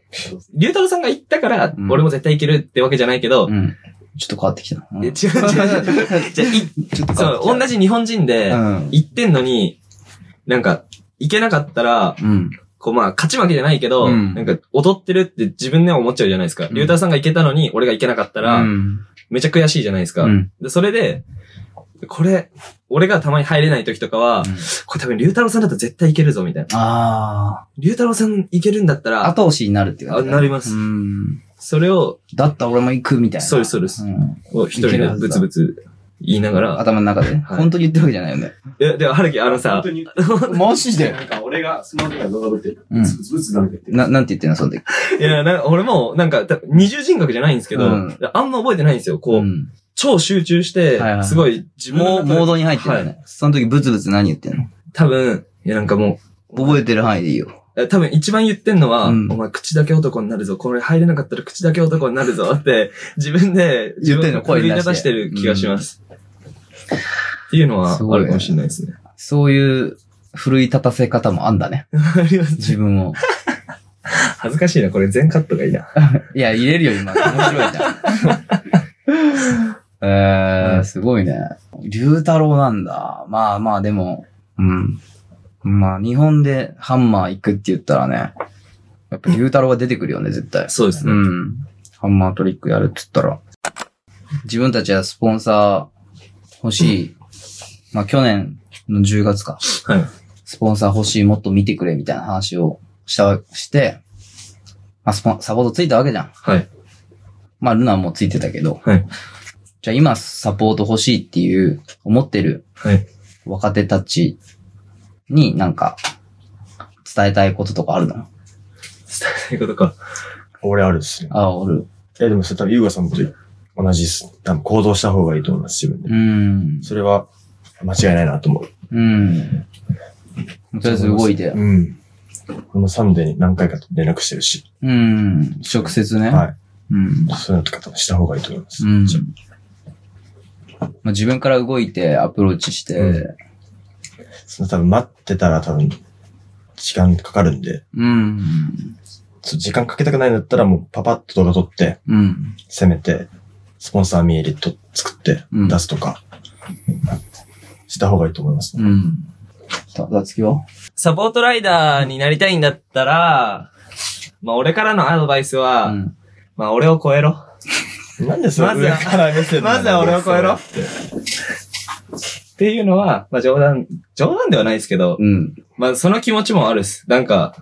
Speaker 3: 龍太郎さんが行ったから
Speaker 2: う、ん
Speaker 3: 俺も絶対行けるってわけじゃないけど、
Speaker 2: うん。ちょっと変わってきたな。うん
Speaker 3: え違う違う 違う。じゃあい
Speaker 2: ちょっと変わってき
Speaker 3: そう、同じ日本人で
Speaker 2: た。、うん。
Speaker 3: 行ってんのに、なんか、行けなかったら、
Speaker 2: うん。
Speaker 3: こうまあ、勝ち負けじゃないけど、
Speaker 2: うん
Speaker 3: なんか、踊ってるって自分では思っちゃうじゃないですか。
Speaker 2: ん
Speaker 3: 龍太郎さんが行けたのに、俺が行けなかったら、
Speaker 2: うん。
Speaker 3: めちゃ悔しいじゃないですか。
Speaker 2: うん
Speaker 3: でそれで、これ、俺がたまに入れない時とかは、
Speaker 2: うん
Speaker 3: これ多分、龍太郎さんだったら絶対いけるぞ、みたいな。
Speaker 2: あ
Speaker 3: 龍太郎さんいけるんだった
Speaker 2: あ。
Speaker 3: ら、
Speaker 2: 後押しになるっていうか、
Speaker 3: あなります
Speaker 2: うん。
Speaker 3: それを、
Speaker 2: だったら俺も行くみたいな。
Speaker 3: そうです、そうです。
Speaker 2: うん。
Speaker 3: を一人
Speaker 2: いける
Speaker 3: で
Speaker 2: はずだ
Speaker 3: ブツブツ言いながら、
Speaker 2: 頭の中で。
Speaker 3: はい
Speaker 2: 本当に言ってるわけじゃないよね。
Speaker 3: え、でも、はるき、あのさ、
Speaker 1: に
Speaker 2: マジで
Speaker 1: なんか俺がスマホで覗いて、
Speaker 2: うん
Speaker 1: ブツブツブツなんか言ってる。
Speaker 2: な、なんて言ってんの、その時。
Speaker 3: いや、な俺も、なんか、た二重人格じゃないんですけど、
Speaker 2: うん
Speaker 3: あんま覚えてないんですよ。こう、
Speaker 2: ん。
Speaker 3: 超集中して、
Speaker 2: はいはい
Speaker 3: すごい、自分
Speaker 2: も
Speaker 3: の
Speaker 2: う、モー
Speaker 3: 中で、
Speaker 2: ドに入ってるよね。
Speaker 3: は
Speaker 2: その時、ブツブツ何言ってんの
Speaker 3: 多分、いや、なんかも
Speaker 2: 覚えてる範囲でいいよ。
Speaker 3: う、え多分一番言ってんのは、
Speaker 2: うん
Speaker 3: お前口だけ男になるぞ。これ入れなかったら口だけ男になるぞって、 自分で、
Speaker 2: 言ってんの
Speaker 3: 自分
Speaker 2: 声に
Speaker 3: 言い
Speaker 2: 出して
Speaker 3: 方してる気がします。っていうのは、あ
Speaker 2: すごいね
Speaker 3: るかもしれないですね。
Speaker 2: そういう、奮い立たせ方もあんだ ね。
Speaker 3: あります
Speaker 2: 自分を。
Speaker 3: 恥ずかしいな、これ全カットがいいな。
Speaker 2: いや、入れるよ、今。面白いじ ゃん。えー、すごいね。龍太郎なんだ。まあまあ、でも、うん。まあ、日本でハンマー行くって言ったらね、やっぱ龍太郎が出てくるよね、絶対。
Speaker 3: そうです
Speaker 2: う
Speaker 3: ね。
Speaker 2: ん。ハンマートリックやるって言ったら。自分たちはスポンサー欲しい。まあ、去年の10月か。
Speaker 3: はい。
Speaker 2: スポンサー欲しい、もっと見てくれ、みたいな話をした、して、まあ、スポン、サポートついたわけじゃん。
Speaker 3: はい。
Speaker 2: まあ、ルナもついてたけど。
Speaker 3: はい。
Speaker 2: じゃあ今、サポート欲しいっていう、思ってる
Speaker 3: はい。
Speaker 2: 若手たちになんか、伝えたいこととかあるの
Speaker 3: 伝えたいことか。
Speaker 4: 俺あるっすね。
Speaker 2: あ、おる。
Speaker 4: え、でもそれ多分、ゆうがさんと同じっす。多分行動した方がいいと思います、自分
Speaker 2: う
Speaker 4: で。
Speaker 2: ん。
Speaker 4: それは間違いないなと思う。
Speaker 2: うん。とりあえず動いて。
Speaker 4: うん。このサムデーに何回か連絡してるし。
Speaker 2: うん。直接ね。
Speaker 4: はい。
Speaker 2: うん。
Speaker 4: そういうのとか多分した方がいいと思います。
Speaker 2: うん。まあ、自分から動いてアプローチして、
Speaker 4: うその多分待ってたら多分、時間かかるんで、
Speaker 2: うん。
Speaker 4: そう時間かけたくないんだったらもうパパッと動画撮って、
Speaker 2: うん。
Speaker 4: 攻めて、スポンサー見入りと作って
Speaker 2: うん
Speaker 4: 出すとか、した方がいいと思いますね。
Speaker 2: うん。さ、だつきは
Speaker 3: サポートライダーになりたいんだったら、まあ俺からのアドバイスは、
Speaker 2: うん。
Speaker 3: まあ俺を超えろ。
Speaker 4: なんでそれ
Speaker 3: まずは
Speaker 4: 上から目線なの
Speaker 3: まずは俺を超えろ
Speaker 4: そうやって
Speaker 3: っていうのは、まあ冗談、冗談ではないですけど、
Speaker 2: うん。
Speaker 3: まあその気持ちもあるっす。なんか、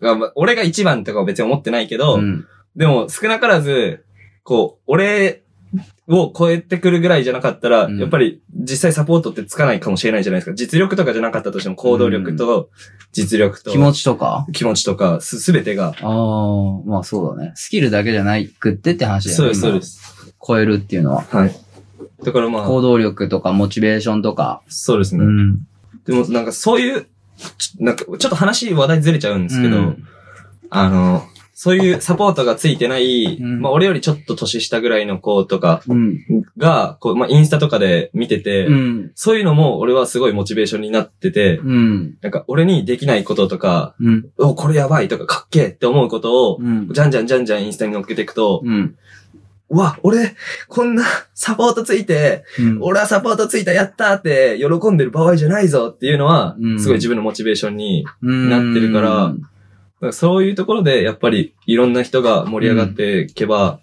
Speaker 3: まあまあ俺が一番とかは別に思ってないけど、
Speaker 2: うん。
Speaker 3: でも少なからず、こう、俺を超えてくるぐらいじゃなかったら、
Speaker 2: うん
Speaker 3: やっぱり実際サポートってつかないかもしれないじゃないですか。実力とかじゃなかったとしても行動力と、実力と、
Speaker 2: 気持ちとか
Speaker 3: 気持ちとか、す、すべてが。
Speaker 2: ああ、まあそうだね。スキルだけじゃないくってって話だよね。
Speaker 3: そうです、そうです
Speaker 2: す。。超えるっていうのは。
Speaker 3: はい。だからまあ、
Speaker 2: 行動力とかモチベーションとか。
Speaker 3: そうですね。
Speaker 2: ん。
Speaker 3: でもなんかそういう、ちなんかちょっと話話題ずれちゃうんですけど、
Speaker 2: うん
Speaker 3: あの、そういうサポートがついてない、
Speaker 2: うん
Speaker 3: まあ俺よりちょっと年下ぐらいの子とか
Speaker 2: うん。
Speaker 3: が、こう、まあインスタとかで見てて、
Speaker 2: うん。
Speaker 3: そういうのも俺はすごいモチベーションになってて、
Speaker 2: うん。
Speaker 3: なんか俺にできないこととか、
Speaker 2: うん。
Speaker 3: お、これやばいとかかっけえって思うことを、
Speaker 2: うん。
Speaker 3: じゃんじゃんじゃんじゃんインスタに乗っけていくと、
Speaker 2: うん。
Speaker 3: うわ、俺、こんなサポートついて、
Speaker 2: うん
Speaker 3: 俺はサポートついた、やったーって、喜んでる場合じゃないぞっていうのは
Speaker 2: う、ん
Speaker 3: すごい自分のモチベーションに、
Speaker 2: な
Speaker 3: ってるからだからそういうところで、やっぱり、いろんな人が盛り上がっていけば、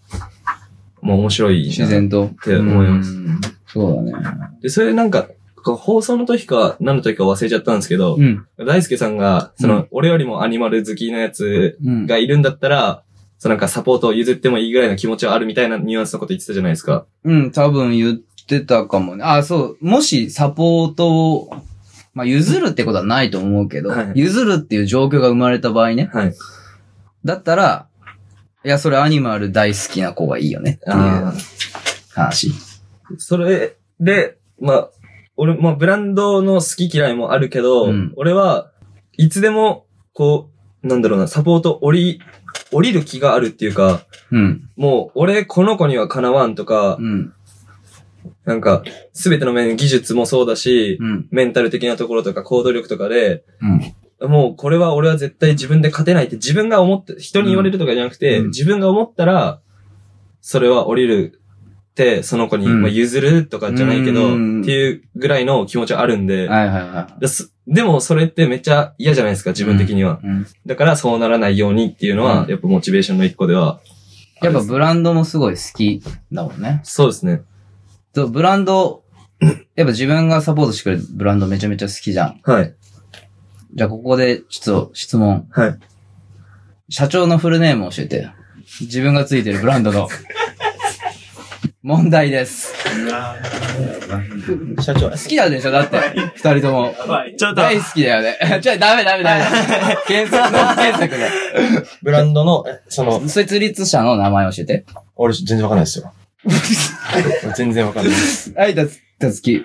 Speaker 3: もう面白いな。
Speaker 2: 自然と。って
Speaker 3: 思います
Speaker 2: そうだね。
Speaker 3: で、それなんか、こう放送の時か、何の時か忘れちゃったんですけど、
Speaker 2: うん。
Speaker 3: 大輔さんが、その、
Speaker 2: う
Speaker 3: 俺よりもアニマル好きなやつ
Speaker 2: うん。
Speaker 3: がいるんだったら、そうなんかサポートを譲ってもいいぐらいの気持ちはあるみたいなニュアンスのこと言ってたじゃないですか。
Speaker 2: うん、多分言ってたかもね。あ、そう。もしサポートを、まあ、譲るってことはないと思うけど、
Speaker 3: はい
Speaker 2: 譲るっていう状況が生まれた場合ね。
Speaker 3: はい。
Speaker 2: だったら、いや、それアニマル大好きな子がいいよねっていう
Speaker 3: あ
Speaker 2: 話。
Speaker 3: ーそれで、まあ、俺、まあ、ブランドの好き嫌いもあるけど、
Speaker 2: うん
Speaker 3: 俺はいつでも、こう、なんだろうな、サポート降り、降りる気があるっていうか、
Speaker 2: うん。
Speaker 3: もう、俺、この子にはかなわんとか、
Speaker 2: うん。
Speaker 3: なんか、すべての面、技術もそうだし、
Speaker 2: うん。
Speaker 3: メンタル的なところとか行動力とかで、
Speaker 2: うん。
Speaker 3: もうこれは俺は絶対自分で勝てないって自分が思って、人に言われるとかじゃなくて、
Speaker 2: うん
Speaker 3: 自分が思ったら、それは降りるって、その子に、
Speaker 2: うん
Speaker 3: まあ、譲るとかじゃないけど、
Speaker 2: うん
Speaker 3: っていうぐらいの気持ちはあるんで、
Speaker 2: はいはいは
Speaker 3: ですでもそれってめっちゃ嫌じゃないですか、自分的には。
Speaker 2: い。うん。
Speaker 3: だからそうならないようにっていうのは、
Speaker 2: うん
Speaker 3: やっぱモチベーションの一個では。
Speaker 2: やっぱブランドもすごい好きだもんね。
Speaker 3: そうですね。
Speaker 2: そう、ブランド、やっぱ自分がサポートしてくれるブランドめちゃめちゃ好きじゃん。
Speaker 3: はい。
Speaker 2: じゃあここでちょっと質問。
Speaker 3: はい。
Speaker 2: 社長のフルネームを教えてよ。自分がついてるブラン ドの。問題です。
Speaker 4: 社長、
Speaker 2: 好きなんでしょだって、二人とも。
Speaker 3: ちょっ
Speaker 2: 大好きだよね。 ちょ、ダメダメダメ。 検索、の検索で。
Speaker 4: ブランドの、えその、
Speaker 2: 設立者の名前教えて。
Speaker 4: 俺全然わかんないですよ。俺全然わ かんないです。
Speaker 2: はい、たつ、たつき。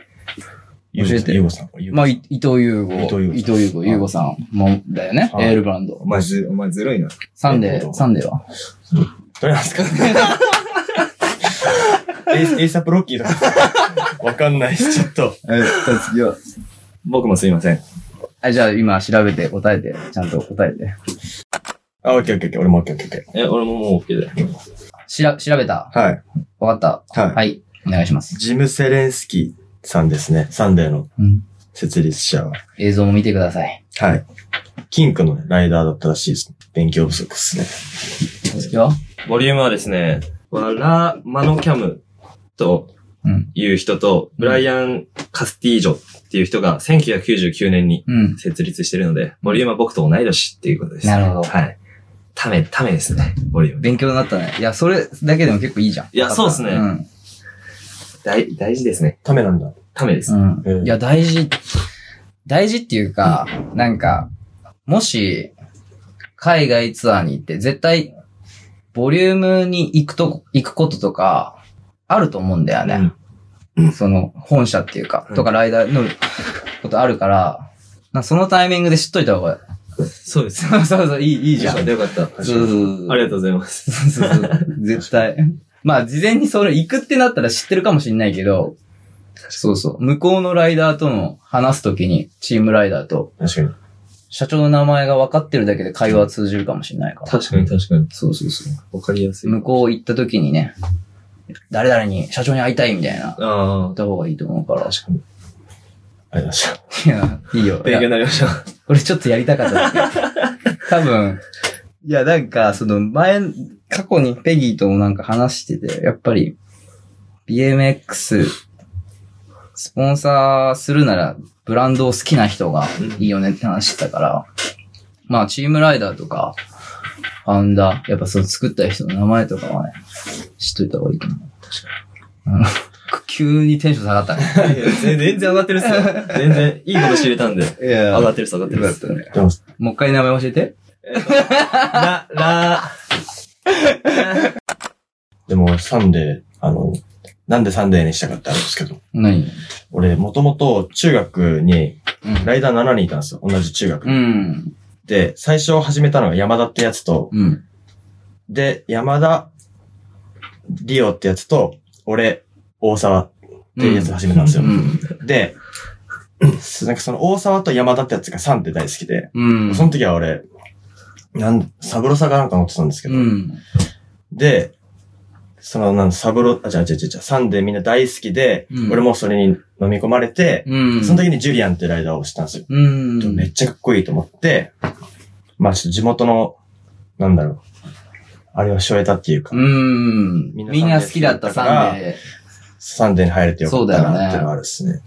Speaker 4: ゆう
Speaker 2: 教えて
Speaker 4: ごさんゆうごさん。ゆうご
Speaker 2: ま
Speaker 4: さ
Speaker 2: あ、
Speaker 4: ん
Speaker 2: い伊藤優吾。
Speaker 4: 伊藤優吾
Speaker 2: 伊藤優吾、優吾さんも、だよね。
Speaker 4: はい
Speaker 2: エールブランド。
Speaker 1: お前ず、お前ずるいな。
Speaker 2: サンデ
Speaker 4: なるほ
Speaker 2: ー、
Speaker 4: ど
Speaker 2: サンデーは。
Speaker 4: どれなん ですかエイエイサプロッキー とか。わかんないです、ちょっと。
Speaker 1: え、次は。
Speaker 3: 僕もすいません。
Speaker 2: あ、じゃあ今調べて答えて、ちゃんと答えて。
Speaker 4: あ、オッケーオッケーオッケー。俺もオッケーオッケーオッケ
Speaker 3: え、俺ももう OK で。
Speaker 2: しら、調べた
Speaker 4: ー。はい。
Speaker 2: わかった。
Speaker 4: はい。
Speaker 2: はい。お願いします。
Speaker 4: ジム・セレンスキーさんですね。サンデーの
Speaker 2: うん
Speaker 4: 設立者は。
Speaker 2: 映像も見てください。
Speaker 4: はい。キンクのね、ライダーだったらしいです。勉強不足ですね。
Speaker 2: たつきは
Speaker 3: ボリュームはですね、わら、マノキャムと
Speaker 2: うん。
Speaker 3: いう人と、ブライアン・カスティージョっていう人が1999年に
Speaker 2: うん。
Speaker 3: 設立してるので、ボリュームは僕と同い年っていうことです。
Speaker 2: なるほど
Speaker 3: はい。ため、ためですね、ボリューム。
Speaker 2: 勉強になったね。いや、それだけでも結構いいじゃん。
Speaker 3: いやそうっすね
Speaker 2: うん。
Speaker 3: 大、大事ですね。
Speaker 4: ためなんだ。
Speaker 3: ためです。
Speaker 2: うん
Speaker 4: うん
Speaker 2: いや、大事、大事っていうか、なんか、もし、海外ツアーに行って、絶対、ボリュームに行くとこ、行くこととか、あると思うんだよね。その、本社っていうか、
Speaker 3: うん
Speaker 2: とか、ライダーのことあるから、なそのタイミングで知っといた方が、
Speaker 3: そうです。
Speaker 2: そうそうそう、いい、いい
Speaker 3: いい
Speaker 2: じ
Speaker 3: じ
Speaker 2: ゃん
Speaker 3: ゃ。ん。よかっ
Speaker 2: そ
Speaker 3: た。
Speaker 2: うそうそう
Speaker 3: ありがとうございます。
Speaker 2: そうそうそう。絶対。まあ、事前にそれ行くってなったら知ってるかもしんないけど、そうそう。向こうのライダーとの話すときに、チームライダーと、
Speaker 4: 確かに。
Speaker 2: 社長の名前が分かってるだけで会話は通じるかもしんないから。
Speaker 3: 確かに確かに。
Speaker 2: そうそうそう。
Speaker 3: わかりやすい。
Speaker 2: 向こう行ったときにね、誰々に、社長に会いたいみたいな、
Speaker 3: あ
Speaker 2: 言った方がいいと思うから。
Speaker 4: 確かに。ありがとうございました。
Speaker 2: いや、いいよ
Speaker 3: あ。。勉強になりました。
Speaker 2: 俺ちょっとやりたかっただ け。多分、いや、なんか、その前、過去にペギーともなんか話してて、やっぱり、BMX、スポンサーするなら、ブランドを好きな人がいいよねって話してたから、まあ、チームライダーとか、ファウンダー、やっぱそう作った人の名前とかはね、知っといた方がいいと思う。確かに。急にテンション下がったね。
Speaker 3: いや全然上がってるっ すよ。全然いいこと知れたんで。
Speaker 2: いや
Speaker 3: 上が
Speaker 2: よ
Speaker 3: ってるっす、上がってる
Speaker 2: か
Speaker 3: っ
Speaker 2: っ
Speaker 3: す。
Speaker 2: たね。
Speaker 4: でも
Speaker 2: もう一回名前教えて。
Speaker 3: ラ、ラ、
Speaker 4: でも、サンデー、あの、なんでサンデーにしたかってあるんですけど、
Speaker 2: 何
Speaker 4: 俺、もともと中学に
Speaker 2: うん
Speaker 4: ライダー7人いたんですよ。同じ中学。
Speaker 2: うん。
Speaker 4: で、最初始めたのが山田ってやつと、
Speaker 2: うん。
Speaker 4: で、山田、リオってやつと、俺、大沢っていうやつで始めたんです
Speaker 2: う
Speaker 4: よ。
Speaker 2: ん。
Speaker 4: で、 なんかその大沢と山田ってやつがサンデー大好きで、
Speaker 2: うん。
Speaker 4: その時は俺、なん、サブロサかなんか乗ってたんですけど、
Speaker 2: うん。
Speaker 4: で、その、なんサブロ、あ、違う違う違う違う、サンデーみんな大好きで、
Speaker 2: うん
Speaker 4: 俺もそれに飲み込まれて、
Speaker 2: うん。
Speaker 4: その時にジュリアンってライダーをしたんですよ。
Speaker 2: うん。
Speaker 4: めっちゃかっこいいと思って、まあちょっと地元の、なんだろう、あれはしょえたっていうか、
Speaker 2: うん。みんな好きだったサンデ
Speaker 4: サンデーに入れてよかった
Speaker 2: そうだよね
Speaker 4: なっていうのはあるっすね。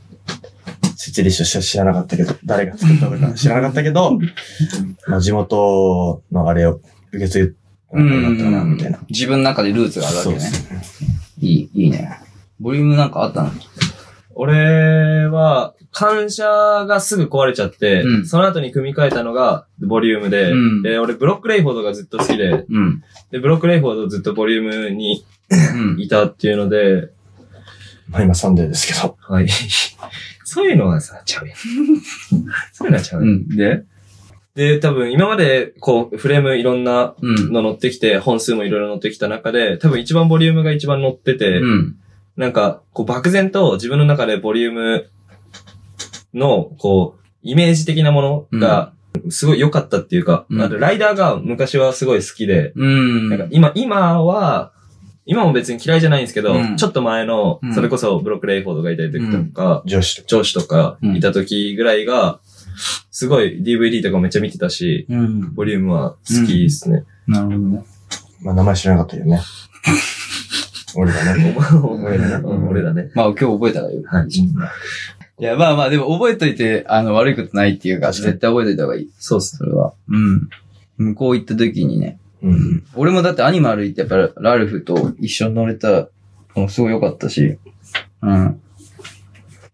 Speaker 4: 設立書知らなかったけど、誰が作ったのか知らなかったけど、まあ地元のあれを受け継い、あこうなったな、みたいな。
Speaker 2: 自分の中でルーツがあるわけ
Speaker 4: そう
Speaker 2: ね
Speaker 4: で。すね。
Speaker 2: いい、いいね。ボリュームなんかあったの
Speaker 3: 俺は、感謝がすぐ壊れちゃって、
Speaker 2: うん
Speaker 3: その後に組み替えたのが、ボリュームで、
Speaker 2: うん
Speaker 3: で、俺ブロックレイフォードがずっと好きで、
Speaker 2: うん。
Speaker 3: で、ブロックレイフォードずっとボリュームに
Speaker 2: うん。
Speaker 3: いたっていうので、
Speaker 4: まあ今サンデーですけど。
Speaker 3: はい。 そういうのはさ、ちゃう やん。そういうのはちゃうやん。
Speaker 2: うん。で
Speaker 3: で、多分今まで、こう、フレームいろんな
Speaker 2: うん。
Speaker 3: の乗ってきて、本数もいろいろ乗ってきた中で、多分一番ボリュームが一番乗ってて、
Speaker 2: うん。
Speaker 3: なんか、こう、漠然と自分の中でボリュームの、こう、イメージ的なものが、すごい良かったっていうか、
Speaker 2: うん
Speaker 3: あとライダーが昔はすごい好きで、
Speaker 2: うん。
Speaker 3: なんか今、今は、今も別に嫌いじゃないんですけど、
Speaker 2: うん
Speaker 3: ちょっと前の
Speaker 2: う、ん
Speaker 3: それこそブロック・レイフォードがいたりとか、
Speaker 4: 女子とか。
Speaker 3: 上司とかいた時ぐらいが、すごい DVD とかめっちゃ見てたし、
Speaker 2: うん。
Speaker 3: ボリュームは好きですね。
Speaker 2: なるほどね。
Speaker 4: まあ名前知らなかったけどね。俺がね。
Speaker 3: お前らな、
Speaker 4: うん
Speaker 3: 俺らね。
Speaker 2: まあ今日覚えたらいい。
Speaker 3: はい。
Speaker 2: いや、まあまあ、でも覚えといて、あの、悪いことないっていうか、絶対覚えといた方がいい。
Speaker 3: そうっす。
Speaker 2: それは。うん。向こう行った時にね。
Speaker 4: うん。
Speaker 2: 俺もだってアニマル行って、やっぱりラルフと一緒に乗れたのもすごい良かったし。うん。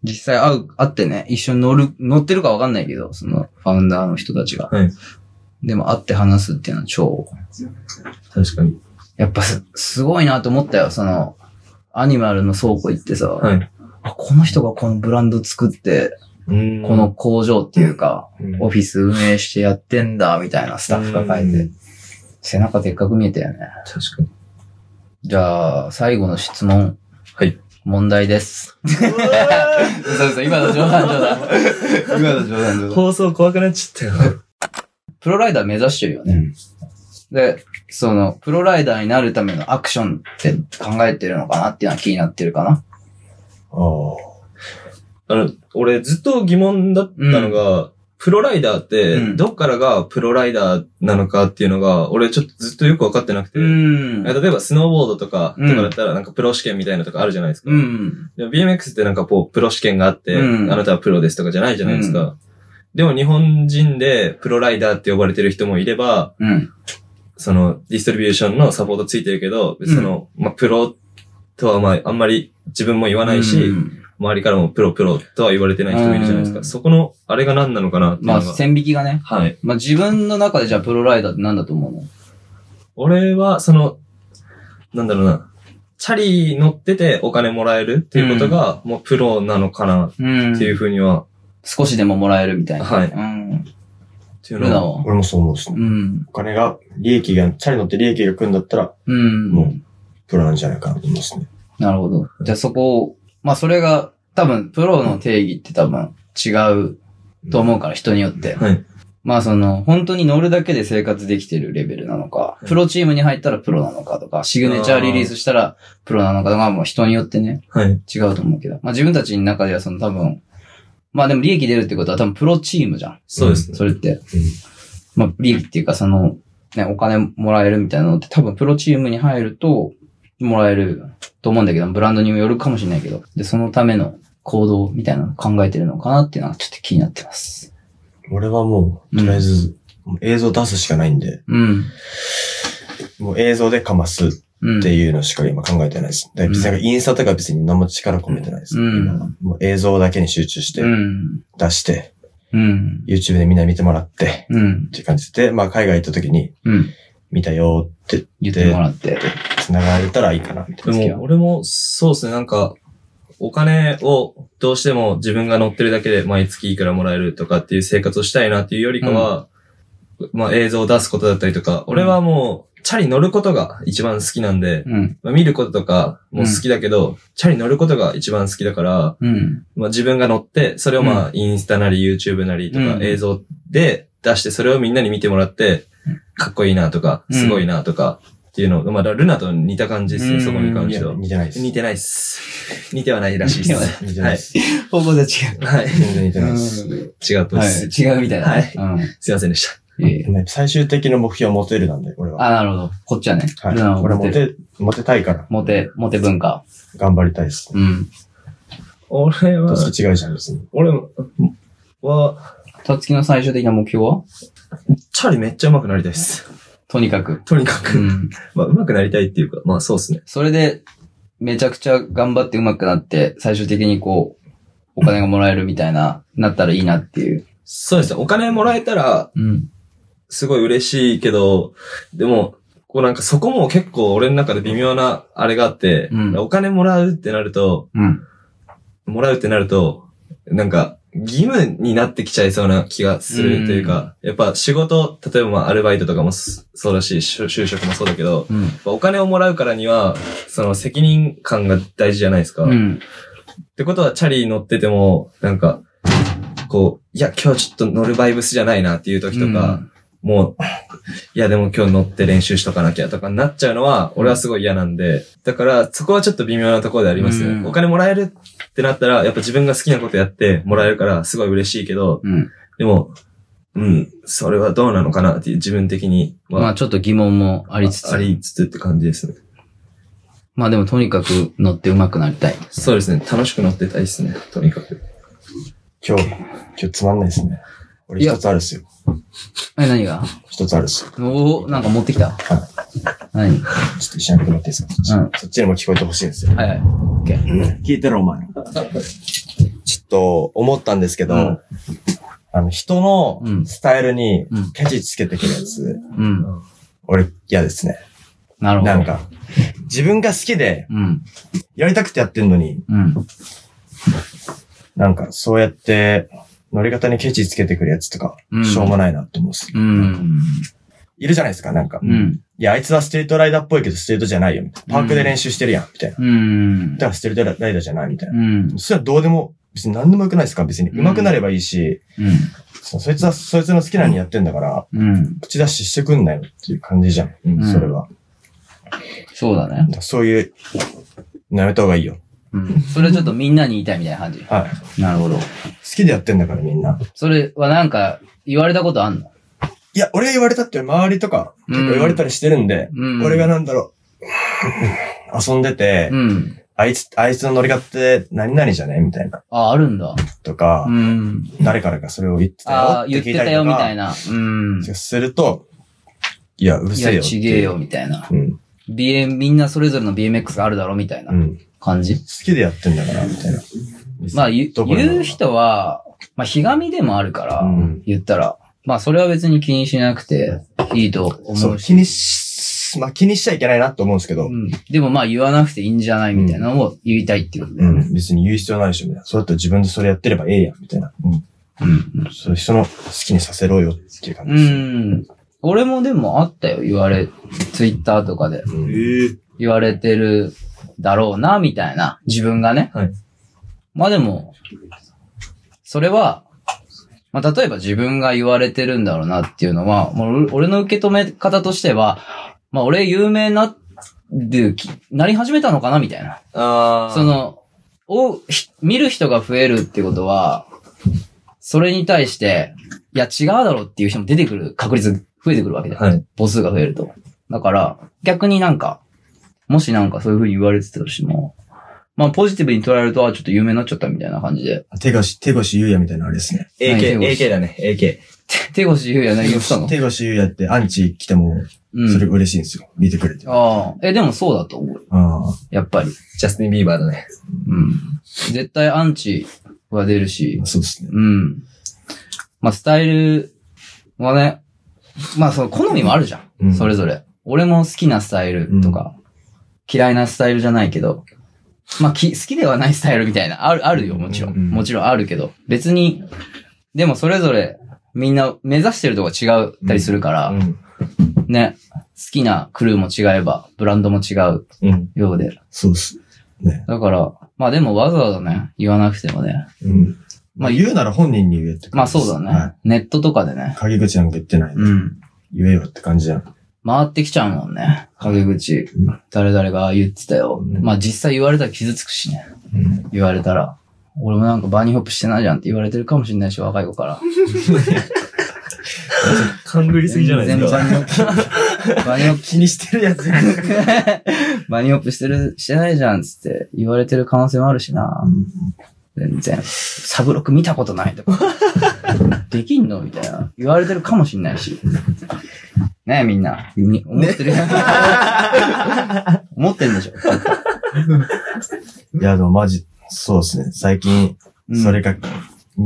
Speaker 2: 実際会う、会ってね、一緒に乗る、乗ってるかわかんないけど、その、ファウンダーの人たちが。
Speaker 3: はい。
Speaker 2: でも会って話すっていうのは超、
Speaker 3: 確かに。
Speaker 2: やっぱす、すごいなと思ったよ、その、アニマルの倉庫行ってさ、
Speaker 3: はい。
Speaker 2: あこの人がこのブランド作って、
Speaker 3: こ
Speaker 2: この、工場っていうか、
Speaker 4: うん
Speaker 2: オフィス運営してやってんだ、みたいなスタッフが書いて、背中でっかく見えたよね。
Speaker 3: 確かに。
Speaker 2: じゃあ、最後の質問。
Speaker 3: はい。
Speaker 2: 問題です。嘘嘘、今の冗談冗談。今の冗談冗談。
Speaker 3: 放送怖くなっちゃったよ。
Speaker 2: プロライダー目指してるよね。で、その、プロライダーになるためのアクションって考えてるのかなっていうのは気になってるかな。
Speaker 4: ああ。
Speaker 3: あの、俺ずっと疑問だったのが、プロライダーって、
Speaker 2: うん
Speaker 3: どっからがプロライダーなのかっていうのが、俺ちょっとずっとよくわかってなくて、
Speaker 2: ん
Speaker 3: 例えばスノーボードとか、
Speaker 2: うん
Speaker 3: とかだったらなんかプロ試験みたいなとかあるじゃないですか。
Speaker 2: うん。
Speaker 3: でも BMX ってなんかこう、プロ試験があって、
Speaker 2: うん
Speaker 3: あなたはプロですとかじゃないじゃないですか。でも日本人でプロライダーって呼ばれてる人もいれば、
Speaker 2: うん。
Speaker 3: その、ディストリビューションのサポートついてるけど、
Speaker 2: うん
Speaker 3: その、まあ、プロとはまあ、あんまり自分も言わないし、
Speaker 2: うん
Speaker 3: 周りからもプロプロとは言われてない人もいるじゃないです
Speaker 2: う
Speaker 3: か。
Speaker 2: ん
Speaker 3: そこの、あれが何なのかなっていう
Speaker 2: ま
Speaker 3: の
Speaker 2: あ、
Speaker 3: が。
Speaker 2: 線引きがね。
Speaker 3: はい。
Speaker 2: まあ、自分の中でじゃあプロライダーって何だと思うの
Speaker 3: 俺は、その、なんだろうな、チャリ乗っててお金もらえるっていうことが、もうプロなのかなっ
Speaker 2: うん
Speaker 3: ていうふうには、
Speaker 2: 少しでももらえるみたいな。
Speaker 3: はい
Speaker 2: うん。
Speaker 3: っていう
Speaker 2: ル
Speaker 3: の
Speaker 2: ナ
Speaker 3: は、
Speaker 2: は
Speaker 4: 俺もそう思うです
Speaker 2: う
Speaker 4: ね。
Speaker 2: ん。
Speaker 4: お金が、利益が、チャリ乗って利益が来るんだったら、
Speaker 2: うん。
Speaker 4: もうプロなんじゃないかなと思いますね。
Speaker 2: なるほど。じゃあそこを、まあそれが、多分、プロの定義って多分違うと思うから、人によって。
Speaker 3: はい。
Speaker 2: まあその、本当に乗るだけで生活できてるレベルなのか、
Speaker 3: い
Speaker 2: プロチームに入ったらプロなのかとか、シグネチャーリリースしたらプロなのかとか、もう人によってね、
Speaker 3: はい。
Speaker 2: 違うと思うけど。まあ自分たちの中ではその多分、まあでも利益出るってことは多分プロチームじゃん。
Speaker 3: そうですね。
Speaker 2: それって。まあ利益っていうかその、ね、お金もらえるみたいなのって多分プロチームに入るともらえると思うんだけど、ブランドにもよるかもしれないけど、で、そのための行動みたいなの考えてるのかなっていうのはちょっと気になってます。
Speaker 4: 俺はもう、とりあえず、もう映像出すしかないんで、
Speaker 2: うん。
Speaker 4: もう映像でかますっ
Speaker 2: うん。
Speaker 4: ていうのしか今考えてないです。で、別になんかインスタとか別に何も力込めてないです。
Speaker 2: うん
Speaker 4: 今はもう映像だけに集中して
Speaker 2: う、ん。
Speaker 4: 出して、
Speaker 2: うん。
Speaker 4: YouTube でみんな見てもらって、
Speaker 2: うん。
Speaker 4: っていう感じで、まあ海外行った時に、
Speaker 2: うん。
Speaker 4: 見たよって
Speaker 2: 言ってもらって。
Speaker 4: 繋がれたらいいかな、みたい
Speaker 3: で
Speaker 4: な。
Speaker 3: も、俺も、そうですね、なんか、お金をどうしても自分が乗ってるだけで毎月いくらもらえるとかっていう生活をしたいなっていうよりかは、まあ映像を出すことだったりとか、俺はもう、チャリ乗ることが一番好きなんで、
Speaker 2: うん。
Speaker 3: まあ、見ることとかも好きだけど、チャリ乗ることが一番好きだから、
Speaker 2: うん。
Speaker 3: まあ自分が乗って、それをまあインスタなり YouTube なり
Speaker 2: う
Speaker 3: とか
Speaker 2: ん
Speaker 3: 映像で出して、それをみんなに見てもらって、かっこいいなとか、すごいなとかっていうの、まあルナと似た感じです
Speaker 2: うん
Speaker 3: ね、そこに関
Speaker 4: い
Speaker 3: し
Speaker 4: や
Speaker 3: ては。
Speaker 4: 似てないです。
Speaker 3: 似てないっす。似てはないらしいっす。は
Speaker 4: 似てないです。
Speaker 2: 方向で違う。
Speaker 3: い。はい。
Speaker 4: 全然似てないです。
Speaker 3: 違うと
Speaker 2: は
Speaker 3: で
Speaker 2: い。
Speaker 3: す。
Speaker 2: 違うみたいな。
Speaker 3: は
Speaker 2: ね
Speaker 3: い。すいませんでした。
Speaker 2: うん。ええ
Speaker 4: ね最終的な目標はモテるなんで、俺は。
Speaker 2: あ、なるほど。こっちはね。
Speaker 4: はい
Speaker 2: ルナ。
Speaker 4: 俺
Speaker 2: はモ
Speaker 4: はモ
Speaker 2: テる。
Speaker 4: テ、モテたいから、
Speaker 2: モテ、モテ文化。
Speaker 4: 頑張りたいです。
Speaker 2: うん。
Speaker 3: 俺
Speaker 4: ど
Speaker 3: は
Speaker 4: う、せ違うじゃん、別に。
Speaker 3: 俺は、
Speaker 2: たつきの最終的な目標は
Speaker 3: チャリめっちゃ上手くなりたいっす。
Speaker 2: とにかく。
Speaker 3: とにか
Speaker 2: う
Speaker 3: く、
Speaker 2: ん。
Speaker 3: まあ、上手くなりたいっていうか、まあそうですね。
Speaker 2: それで、めちゃくちゃ頑張って上手くなって、最終的にこう、お金がもらえるみたいな、なったらいいなっていう。
Speaker 3: そうですね。お金もらえたら、
Speaker 2: うん。
Speaker 3: すごい嬉しいけど、でも、こうなんかそこも結構俺の中で微妙なあれがあって、
Speaker 2: うん
Speaker 3: お金もらうってなると、
Speaker 2: うん。
Speaker 3: もらうってなると、なんか、義務になってきちゃいそうな気がするというか、やっぱ仕事、例えばまあアルバイトとかもそそうだし、就就職もそうだけど、
Speaker 2: うん。
Speaker 3: やっぱお金をもらうからには、その責任感が大事じゃないですか。
Speaker 2: う
Speaker 3: っ
Speaker 2: ん。
Speaker 3: てことは、チャリに乗ってても、なんか、こう、いや、今日ちょっと乗るバイブスじゃないなっていう時とか、もう、いやでも今日乗って練習しとかなきゃとかなっちゃうのは、俺はすごい嫌なんで、だからそこはちょっと微妙なところでありますね。
Speaker 2: うん
Speaker 3: お金もらえるってなったら、やっぱ自分が好きなことやってもらえるからすごい嬉しいけど、
Speaker 2: うん。うん。
Speaker 3: でも、うん、それはどうなのかなっていう自分的には、
Speaker 2: まあちょっと疑問もありつ
Speaker 3: あ
Speaker 2: つ。
Speaker 3: りつつって感じですね。
Speaker 2: まあでもとにかく乗って上手くなりたい。
Speaker 3: そうですね。楽しく乗ってたいですね。とにかく。
Speaker 4: 今日、今日つまんないですね。俺
Speaker 2: いや
Speaker 4: 一つあるっすよ。
Speaker 2: え、何が
Speaker 4: 一つあるっすよ。
Speaker 2: おおなんか持ってきた。何
Speaker 4: ちょっと一緒にやってもらっていいですか、
Speaker 2: うん
Speaker 4: そっちにも聞こえてほしいんですよ。
Speaker 2: はいはい。
Speaker 4: 聞いてろ、お前。ちょっと、思ったんですけど、
Speaker 2: うん
Speaker 4: あの、人の
Speaker 2: うん
Speaker 4: スタイルに
Speaker 2: うん、
Speaker 4: ケチつけてくるやつ、
Speaker 2: うん。
Speaker 4: 俺嫌ですね。
Speaker 2: なるほど。
Speaker 4: なん。か、自分が好きで、
Speaker 2: うん。
Speaker 4: やりたくてやってんのに、
Speaker 2: うん。
Speaker 4: なんか、そうやって、乗り方にケチつけてくるやつとか、
Speaker 2: うん
Speaker 4: しょうもないなって思うんですよ
Speaker 2: うん。
Speaker 4: いるじゃないですか、なんか。
Speaker 2: うん。
Speaker 4: いや、あいつはストリートライダーっぽいけど、ストリートじゃないよ、みたいな。パークで練習してるやん、みたいな。
Speaker 2: うん。
Speaker 4: だからストリートライダーじゃない、みたいな。
Speaker 2: うん。
Speaker 4: それはどうでも、別に何でもよくないですか別に。
Speaker 2: うん
Speaker 4: 上手くなればいいし、
Speaker 2: う
Speaker 4: そそいつは、そいつの好きなのにやってんだから、
Speaker 2: ん。うん。
Speaker 4: 口出ししてくんなよっていう感じじゃん。
Speaker 3: うん
Speaker 4: それは。
Speaker 2: そうだね
Speaker 4: だ。からそういう、やめた方がいいよ。
Speaker 2: うん。それちょっとみんなに言いたいみたいな感じ。
Speaker 4: はい。
Speaker 2: なるほど。
Speaker 4: 好きでやってんだからみんな。
Speaker 2: それはなんか、言われたことあんの
Speaker 4: いや、俺が言われたって周りとか、
Speaker 2: うん
Speaker 4: 結構言われたりしてるんで、
Speaker 2: うん。
Speaker 4: 俺がなんだろう、遊んでて、
Speaker 2: うん。
Speaker 4: あいつ、あいつの乗り方って何々じゃねみたいな。
Speaker 2: あ、あるんだ。
Speaker 4: とか、
Speaker 2: うん。
Speaker 4: 誰からかそれを言ってたよ
Speaker 2: ああ、
Speaker 4: っ
Speaker 2: 言
Speaker 4: て
Speaker 2: って
Speaker 4: 聞いた
Speaker 2: た
Speaker 4: り
Speaker 2: よ
Speaker 4: とか。
Speaker 2: みたいな。うん。
Speaker 4: すると、いや、うる
Speaker 2: い
Speaker 4: せ
Speaker 2: や、
Speaker 4: えよって
Speaker 2: ち
Speaker 4: いう。
Speaker 2: げえよみたいな。
Speaker 4: うん。
Speaker 2: BM、みんなそれぞれの BMX があるだろみたいな
Speaker 4: うん。好
Speaker 2: 感じ。
Speaker 4: きでやってんだから、みたいな。
Speaker 2: まあ、言う
Speaker 4: どこでも
Speaker 2: 言う人は、まあ、ひがみでもあるから、
Speaker 4: うん
Speaker 2: 言ったら。まあ、それは別に気にしなくていいと思うし。
Speaker 4: そう、気にし、まあ気にしちゃいけないなと思うんですけど、
Speaker 2: うん。でもまあ言わなくていいんじゃないみたいなのを言いたいっていうこと
Speaker 4: う
Speaker 2: だよ
Speaker 4: ん、
Speaker 2: ね。
Speaker 4: 別に言う必要ないでしょ、みたいな。そうだったら自分でそれやってればええやん、みたいな。
Speaker 2: うん。
Speaker 4: そう人の好きにさせろよっていう感
Speaker 2: う
Speaker 4: じです。
Speaker 2: ん。俺もでもあったよ、言われ、ツイッターとかで
Speaker 4: うん
Speaker 3: ええ
Speaker 2: 言われてるだろうな、みたいな、自分がね。
Speaker 3: はい
Speaker 2: まあでも、それは、まあ例えば自分が言われてるんだろうなっていうのは、もう俺の受け止め方としては、まあ俺有名にな、で、きなり始めたのかな、みたいな。
Speaker 3: ああ。
Speaker 2: そ、の、を、ひ見る人が増えるってことは、それに対して、いや、違うだろうっていう人も出てくる確率増えてくるわけじゃん。
Speaker 3: はい。
Speaker 2: 母数が増えると。だから、逆になんか、もしなんかそういう風に言われてたとしても、まあ、ポジティブに捉えると、あ、ちょっと有名になっちゃったみたいな感じで。
Speaker 4: 手越、手越優也みたいなあれですね。
Speaker 3: AK、
Speaker 2: はい
Speaker 3: AK だね。AK。
Speaker 2: 手越優也何言ったの
Speaker 4: 手越優也ってアンチ来ても、
Speaker 2: う
Speaker 4: それ
Speaker 2: ん。
Speaker 4: 嬉しいんですよ。見てくれて。あ
Speaker 2: ああ。え、でもそうだと思う。
Speaker 4: あ。
Speaker 2: やっぱり。
Speaker 3: ジャスティン・ビーバーだね。
Speaker 2: うん。絶対アンチは出るし、
Speaker 4: そうですね。
Speaker 2: うん。まあ、スタイルはね、まあ、その好みもあるじゃん。
Speaker 4: うん
Speaker 2: それぞれ。俺も好きなスタイルとか、嫌いなスタイルじゃないけど、まあ、き好きではないスタイルみたいな、ある、あるよ、もちろん。
Speaker 4: うん
Speaker 2: もちろんあるけど、別に、でもそれぞれ、みんな目指してるとこ違ったりするから、
Speaker 3: うん。
Speaker 2: ね、好きなクルーも違えば、ブランドも違う
Speaker 3: うん。
Speaker 2: ようで。
Speaker 4: そうっす。ね。
Speaker 2: だから、まあでもわざわざね、言わなくてもね。
Speaker 4: うん。
Speaker 2: ま
Speaker 4: ま
Speaker 2: あ
Speaker 4: あ言うなら本人に言えって感じ
Speaker 2: まあそうだね。
Speaker 4: はい
Speaker 2: ネットとかでね。
Speaker 4: 陰口なんか言ってない。
Speaker 2: うん。
Speaker 4: 言えよって感じじゃん。
Speaker 2: 回ってきちゃうもんね。陰口
Speaker 4: う。
Speaker 2: 誰々が言ってたよ。
Speaker 4: うん
Speaker 2: まあ実際言われたら傷つくしね。
Speaker 4: うん
Speaker 2: 言われたら。俺もなんかバーニーホップしてないじゃんって言われてるかもしれないし、若い子から。
Speaker 3: 勘繰りすぎじゃないです
Speaker 2: 全然バ
Speaker 3: か。
Speaker 2: ーニーホップ。バー ニーホッ
Speaker 4: 気にしてるやつ。
Speaker 2: プ、 バーニーホップしてる、してないじゃんっつって言われてる可能性もあるしな。全然。サブロック見た ことないとか。できんのみたいな。言われてるかもしれないし。ねみんな。み思ってる、思ってんでしょ。
Speaker 4: いや、でもマジ、そうですね。最近、
Speaker 2: うん
Speaker 4: それが、なん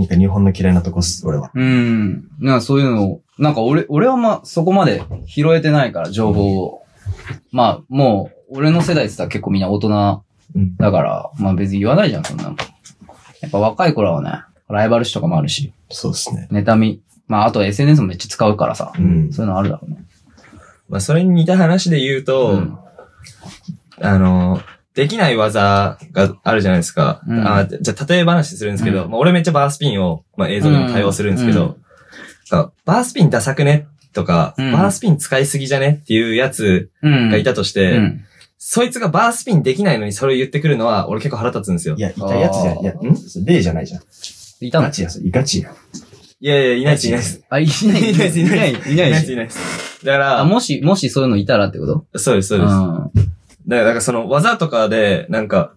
Speaker 4: か日本の嫌いなとこっす、俺は。
Speaker 2: うん。なんかそういうのを、なんか俺、俺はまあそこまで拾えてないから、情報を。まあもう、俺の世代って言ったら結構みんな大人
Speaker 4: うん
Speaker 2: だから、まあ別に言わないじゃん、そんなの。やっぱ若い頃はね、ライバル視とかもあるし、
Speaker 4: そうですね。
Speaker 2: 妬み。まああと SNS もめっちゃ使うからさ、
Speaker 4: うん。
Speaker 2: そういうのあるだろうね。
Speaker 3: まあ、それに似た話で言うと、
Speaker 2: うん
Speaker 3: あの、できない技があるじゃないですか。
Speaker 2: うん
Speaker 3: あじゃあ、例え話するんですけど、
Speaker 2: うん
Speaker 3: まあ、俺めっちゃバースピンを、まあ、映像でも対応するんですけど、
Speaker 2: うん
Speaker 3: なんかバースピンダサくねとか、
Speaker 2: うん
Speaker 3: バースピン使いすぎじゃねっていうやつ
Speaker 2: うん。
Speaker 3: がいたとして、
Speaker 2: うん。
Speaker 3: そいつがバースピンできないのにそれを言ってくるのは、俺結構腹立つんですよ。
Speaker 4: い
Speaker 3: い
Speaker 4: や、いたやつじゃ
Speaker 2: あ
Speaker 4: ん。
Speaker 2: ー
Speaker 4: いや、ん例じゃないじゃん。
Speaker 2: いた
Speaker 4: ガ
Speaker 2: の
Speaker 4: チや、それ。ガチや。
Speaker 3: やいや、いないです、いないです。
Speaker 2: あ、いない、いない、いない、い
Speaker 3: い
Speaker 2: な
Speaker 3: ない
Speaker 2: い
Speaker 3: です、
Speaker 2: し
Speaker 3: い。ないです。だか
Speaker 2: あ、
Speaker 3: ら、
Speaker 2: もし、もしそういうのいたらってこと
Speaker 3: そうです、そうです。
Speaker 2: ん
Speaker 3: だから、なんかその技とかで、なんか、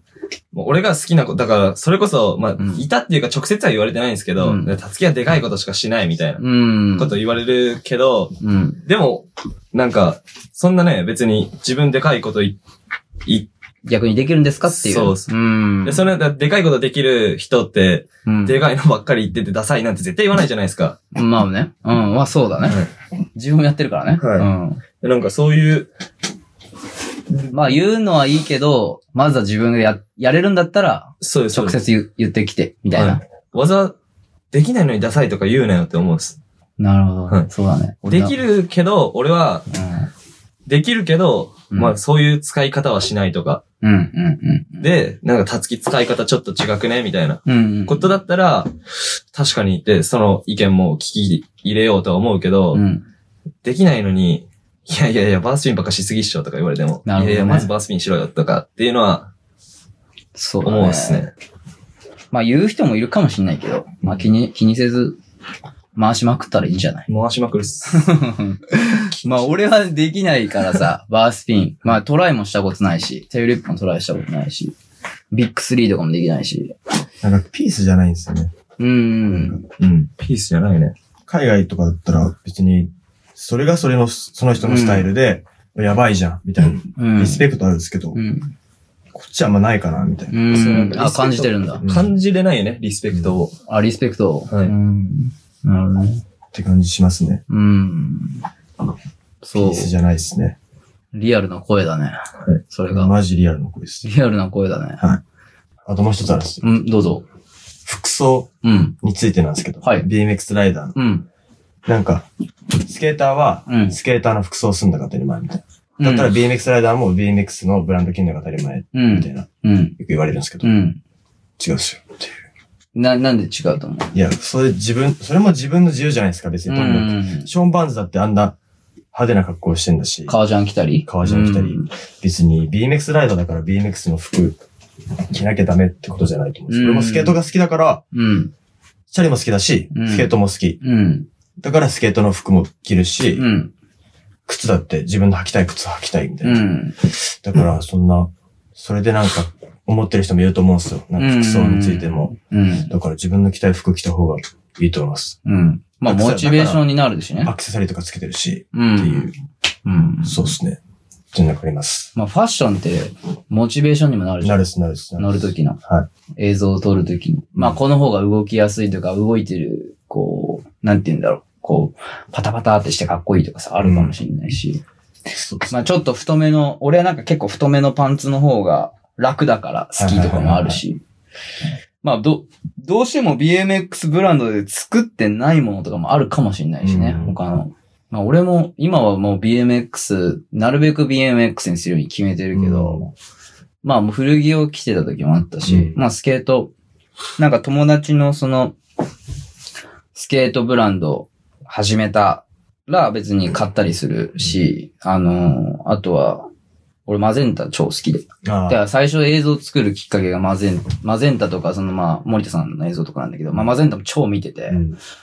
Speaker 3: もう俺が好きなこと、だから、それこそ、まあ、
Speaker 2: うん
Speaker 3: いたっていうか直接は言われてないんですけど、
Speaker 2: うん
Speaker 3: でたつきはでかいことしかしないみたいな
Speaker 2: うん。
Speaker 3: こと言われるけど、
Speaker 2: うん。
Speaker 3: でも、なんか、そんなね、別に自分でかいことい、い、
Speaker 2: 逆にできるんですかっていう。
Speaker 3: そうそう
Speaker 2: うん
Speaker 3: で。それでかいことできる人って、
Speaker 2: うん
Speaker 3: でかいのばっかり言っててダサいなんて絶対言わないじゃないですか。
Speaker 2: まあね。うん。まあそうだね。自分もやってるからね。
Speaker 3: はい
Speaker 2: うん。
Speaker 3: でなんかそういう、
Speaker 2: まあ言うのはいいけど、まずは自分がや、やれるんだったら、
Speaker 3: そうです、そう
Speaker 2: 直
Speaker 3: です。
Speaker 2: 接言う言ってきて、みたいな。
Speaker 3: は技、できないのにダサいとか言うなよって思うんです。
Speaker 2: なるほど。
Speaker 3: はい
Speaker 2: そうだね。
Speaker 3: でき
Speaker 2: る。
Speaker 3: るけど、俺はできるけど、
Speaker 2: うん
Speaker 3: まあそういう使い方はしないとか。
Speaker 2: うん。うん、うん、うん。
Speaker 3: で、なんかたつき使い方ちょっと違くねみたいな
Speaker 2: うん、うん。
Speaker 3: ことだったら、確かにって、その意見も聞き入れようとは思うけど、
Speaker 2: うん。
Speaker 3: できないのに、いやいやいや、バースピンばっかしすぎっしょとか言われても、
Speaker 2: なるほどね
Speaker 3: いやいや、まずバースピンしろよとかっていうのは
Speaker 2: そうだね。
Speaker 3: 思うっすね。
Speaker 2: まあ言う人もいるかもしんないけど、まあ気に、気にせず、回しまくったらいいんじゃ ない
Speaker 3: 回しまくるっす。
Speaker 2: まあ俺はできないからさ、バースピン。まあトライもしたことないし、テールリップもトライしたことないし、ビッグスリーとかもできないし。
Speaker 4: なんか、ピースじゃないんですよね。
Speaker 2: うん。
Speaker 3: うん。ピースじゃないね。
Speaker 4: 海外とかだったら、別に、それがそれの、その人のスタイルで、やばいじゃん、みたいな。
Speaker 2: うん。
Speaker 4: リスペクトあるんですけど、
Speaker 2: うん。
Speaker 4: こっちはあんまないかな、みたいな。
Speaker 2: う
Speaker 3: そのなん
Speaker 2: ん。
Speaker 3: かリスペクト
Speaker 2: あ、感じてるんだ。
Speaker 3: 感じれないよね、リスペクトを。
Speaker 2: あ、リスペクト。
Speaker 3: はい
Speaker 2: うん。なるほどね。
Speaker 4: って感じしますね。
Speaker 2: うん。
Speaker 4: ピ
Speaker 2: そう
Speaker 4: ー。スじゃないですね。
Speaker 2: リアルな声だね。
Speaker 4: い
Speaker 2: それが。
Speaker 4: マジリアルの声です。
Speaker 2: リアルな声だね。
Speaker 4: あともう一つあるんですよ。
Speaker 2: うん、どうぞ。
Speaker 4: 服装
Speaker 2: うん。
Speaker 4: についてなんですけど、
Speaker 2: はい
Speaker 4: BMX ライダーの。
Speaker 2: うん。
Speaker 4: なんか、スケーターは
Speaker 2: う、ん
Speaker 4: スケーターの服装をすんだが当たり前みたいな。だったら
Speaker 2: うん
Speaker 4: BMX ライダーも BMX のブランド着るのが当たり前
Speaker 2: う
Speaker 4: みたい
Speaker 2: ん。
Speaker 4: な、よ
Speaker 2: うん。
Speaker 4: く言われるんですけど、
Speaker 2: う。
Speaker 4: 違うんっすよっていう。
Speaker 2: な、なんで違うと思う
Speaker 4: いや、それ自分、それも自分の自由じゃないですか、別
Speaker 2: う
Speaker 4: に。とにか
Speaker 2: ん
Speaker 4: く。ショーン・バーンズだってあんな派手な格好をしてんだし、
Speaker 2: 革ジャン着たり
Speaker 4: 革ジャン着たり
Speaker 2: うん
Speaker 4: 別に BMX ライダーだから BMX の服着なきゃダメってことじゃないと思うんです。
Speaker 2: うん
Speaker 4: 俺もスケートが好きだから、
Speaker 2: うん。
Speaker 4: チャリも好きだし
Speaker 2: うん、
Speaker 4: スケートも好き。
Speaker 2: うん。
Speaker 4: だからスケートの服も着るし、
Speaker 2: うん。
Speaker 4: 靴だって自分の履きたい靴履きたいみたいうな。
Speaker 2: ん。
Speaker 4: だから、そんな、それでなんか、思ってる人もいると思うんですよ。なんか服装についても。
Speaker 2: うん。
Speaker 4: だから自分の着たい服着た方がいいと思います。
Speaker 2: うん。まあ、モチベーションになるしね。
Speaker 4: アクセサリーとかつけてるし、
Speaker 2: う
Speaker 4: っていう。
Speaker 2: ん。うん。
Speaker 4: そうですね。全然わかります。
Speaker 2: まあ、ファッションって、モチベーションにもなるじ
Speaker 4: な
Speaker 2: ゃん。
Speaker 4: るっす、なるっす。
Speaker 2: 乗るときの。
Speaker 4: は
Speaker 2: 映像を撮るときに。まあ、この方が動きやすいとか、動いてる、こう、なんて言うんだろう。こう、パタパタってしてかっこいいとかさ、あるかもしれないし。
Speaker 4: そうっす
Speaker 2: まあ、ちょっと太めの、俺はなんか結構太めのパンツの方が楽だから好きとかもあるし。まあ、ど、どうしても BMX ブランドで作ってないものとかもあるかもしれないしね、
Speaker 4: うん
Speaker 2: 他の。まあ、俺も、今はもう BMX、なるべく BMX にするように決めてるけど、まあ、もう古着を着てた時もあったし、
Speaker 4: うん
Speaker 2: まあ、スケート、なんか友達のその、スケートブランド始めたら別に買ったりするし、あのあとは、俺マゼンタ超好きで。
Speaker 4: あ
Speaker 2: だから最初映像作るきっかけがマゼン、マゼンタとか、そのまあ、森田さんの映像とかなんだけど、まあマゼンタも超見てて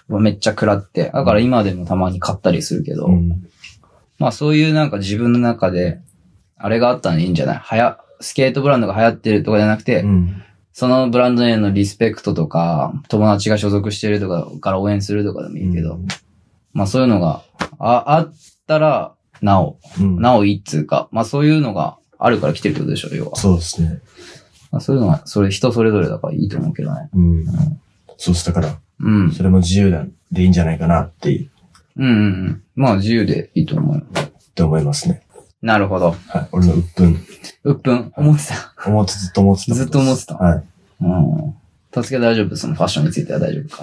Speaker 4: う、ん
Speaker 2: めっちゃ食らって、だから今でもたまに買ったりするけど、
Speaker 4: うん
Speaker 2: まあそういうなんか自分の中で、あれがあったらいいんじゃないはや、スケートブランドが流行ってるとかじゃなくて、
Speaker 4: うん
Speaker 2: そのブランドへのリスペクトとか、友達が所属してるとかから応援するとかでもいいけど、まあそういうのが、あ、あ、ったら、なお、
Speaker 4: うん。
Speaker 2: なおいいっつうか、まあそういうのがあるから来てるってことでしょ、要は。
Speaker 4: そうですね。
Speaker 2: まあ、そういうのが、それ人それぞれだからいいと思うけどね。
Speaker 4: うん。そうしたから、
Speaker 2: うん。
Speaker 4: それも自由なんでいいんじゃないかなってい
Speaker 2: うんうんうん。まあ自由でいいと思うよ。
Speaker 4: って思いますね。
Speaker 2: なるほど。
Speaker 4: はい。俺の鬱憤。
Speaker 2: うっぷん、思ってた。
Speaker 4: 思ってずっと思ってたことです。
Speaker 2: ずっと思ってた
Speaker 4: はい。
Speaker 2: うん。たすけ大丈夫そのファッションについては大丈夫か。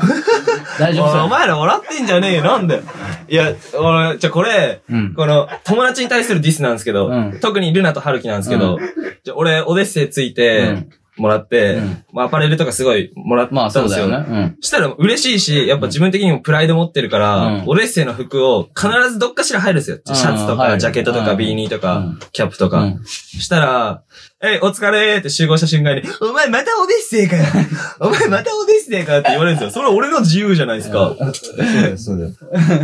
Speaker 2: 大丈夫
Speaker 3: おい
Speaker 2: そ
Speaker 3: お
Speaker 2: う。
Speaker 3: 前ら笑ってんじゃねえよ、なんだよ。いや、俺、じゃあこれ、
Speaker 2: うん。
Speaker 3: この、友達に対するディスなんですけど、
Speaker 2: うん
Speaker 3: 特にルナとハルキなんですけど、じゃあ俺、オデッセイついうて
Speaker 2: ん
Speaker 3: もらって、
Speaker 2: うん
Speaker 3: まあアパレルとかすごいもらったんですよ。
Speaker 2: まあそうだよね。
Speaker 3: したら嬉しいし、やっぱ自分的にもプライド持ってるから、
Speaker 2: うん
Speaker 3: オデッセイの服を必ずどっかしら入るんですよ。
Speaker 2: うん
Speaker 3: シャツと
Speaker 2: 入
Speaker 3: か、
Speaker 2: る
Speaker 3: ジャケットと
Speaker 2: う
Speaker 3: か、
Speaker 2: ん
Speaker 3: ビーニーとか、
Speaker 2: うん
Speaker 3: キャップと
Speaker 2: う
Speaker 3: か。
Speaker 2: ん。
Speaker 3: したら、えい、お疲れーって集合した瞬間に、お前またオデッセイ かよお前またオデッセイかって言われるんですよ。それは俺の自由じゃないですか。
Speaker 4: そうだよ、そうだよ。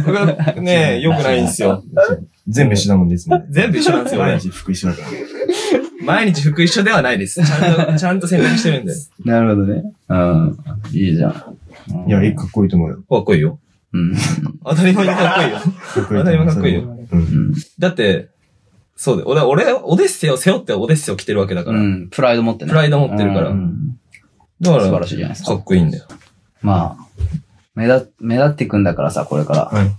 Speaker 3: 僕はね良くないんですよ。
Speaker 4: 全部一緒だもんですもんね。
Speaker 3: 全部一緒なんですよ、
Speaker 4: 毎
Speaker 3: 俺。
Speaker 4: 日服一緒だから。
Speaker 3: 毎日服一緒ではないです。ちゃんと、ちゃんと選択してるんで。
Speaker 2: なるほどね。うん。いいじゃん。
Speaker 4: いや、いい、かっこいいと思うよ。
Speaker 3: かっこいいよ。
Speaker 2: うん。
Speaker 3: 当たり前にかっこいいよ。
Speaker 4: かっこいいと思う。
Speaker 3: 当たり前かっこいいよ
Speaker 4: それはうん。
Speaker 3: だって、そうで、俺、俺、オデッセイを背負ってオデッセイを着てるわけだか
Speaker 2: う
Speaker 3: ら。
Speaker 2: ん。プライド持ってね。
Speaker 3: プライド持ってるから
Speaker 2: うん
Speaker 3: だから、
Speaker 2: 素晴らしいじゃないですか
Speaker 3: かっこいいんだよ。
Speaker 2: まあ、目立、目立っていくんだからさ、これから。
Speaker 3: はい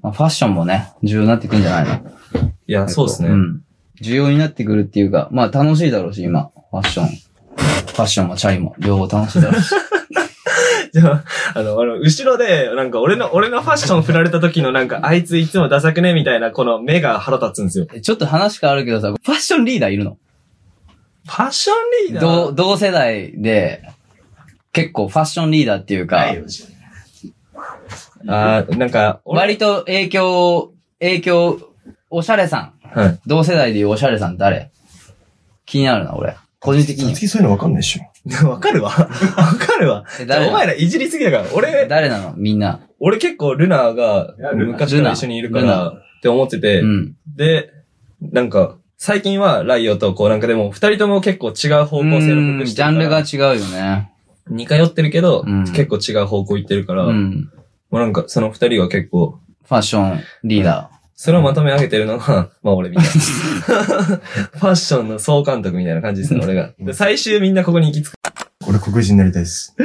Speaker 2: まあ、ファッションもね、重要になっていくんじゃないの
Speaker 3: いや、そうですね。
Speaker 2: うん。重要になってくるっていうか、まあ楽しいだろうし、今。ファッション。ファッションもチャリも、両方楽しいだろう し。
Speaker 3: じゃあ、あの、あの、後ろで、なんか俺の、俺のファッション振られた時のなんか、あいついつもダサくねみたいな、この目が腹立つんですよ。
Speaker 2: ちょっと話変わるけどさ、ファッションリーダーいるの
Speaker 3: ファッションリーダー
Speaker 2: 同、同世代で、結構ファッションリーダーっていうか、
Speaker 3: あーなんか、
Speaker 2: 割と影響を、影響、おしゃれさん。
Speaker 3: はい。
Speaker 2: 同世代でいうおしゃれさん誰気になるな、俺。個人的に
Speaker 4: さつ。きそういうのわかんないでし ょ。
Speaker 3: わか るわ。わかるわ。
Speaker 2: え誰
Speaker 3: お前らいじりすぎだから、俺、
Speaker 2: 誰なのみんな。
Speaker 3: 俺結構ルナが昔から一緒にいるか
Speaker 2: ル
Speaker 3: ら
Speaker 2: ナ
Speaker 3: って思ってて、
Speaker 2: うん。
Speaker 3: で、なんか、最近はライオとこうなんかでも、二人とも結構違う方向性の
Speaker 2: うん
Speaker 3: 服し
Speaker 2: ジ
Speaker 3: てる
Speaker 2: ャ
Speaker 3: から
Speaker 2: ンルが違うよね。
Speaker 3: 似通ってるけど、
Speaker 2: うん
Speaker 3: 結構違う方向行ってるから、
Speaker 2: うん。
Speaker 3: もうなんかその二人が結構、
Speaker 2: ファッションリーダ
Speaker 3: それをまとめ上げてるのが、 まあ俺みたいな。ファッションの総監督みたいな感じですね、俺が。で最終みんなここに行き着く。
Speaker 4: 俺黒人になりたいです。
Speaker 2: ー。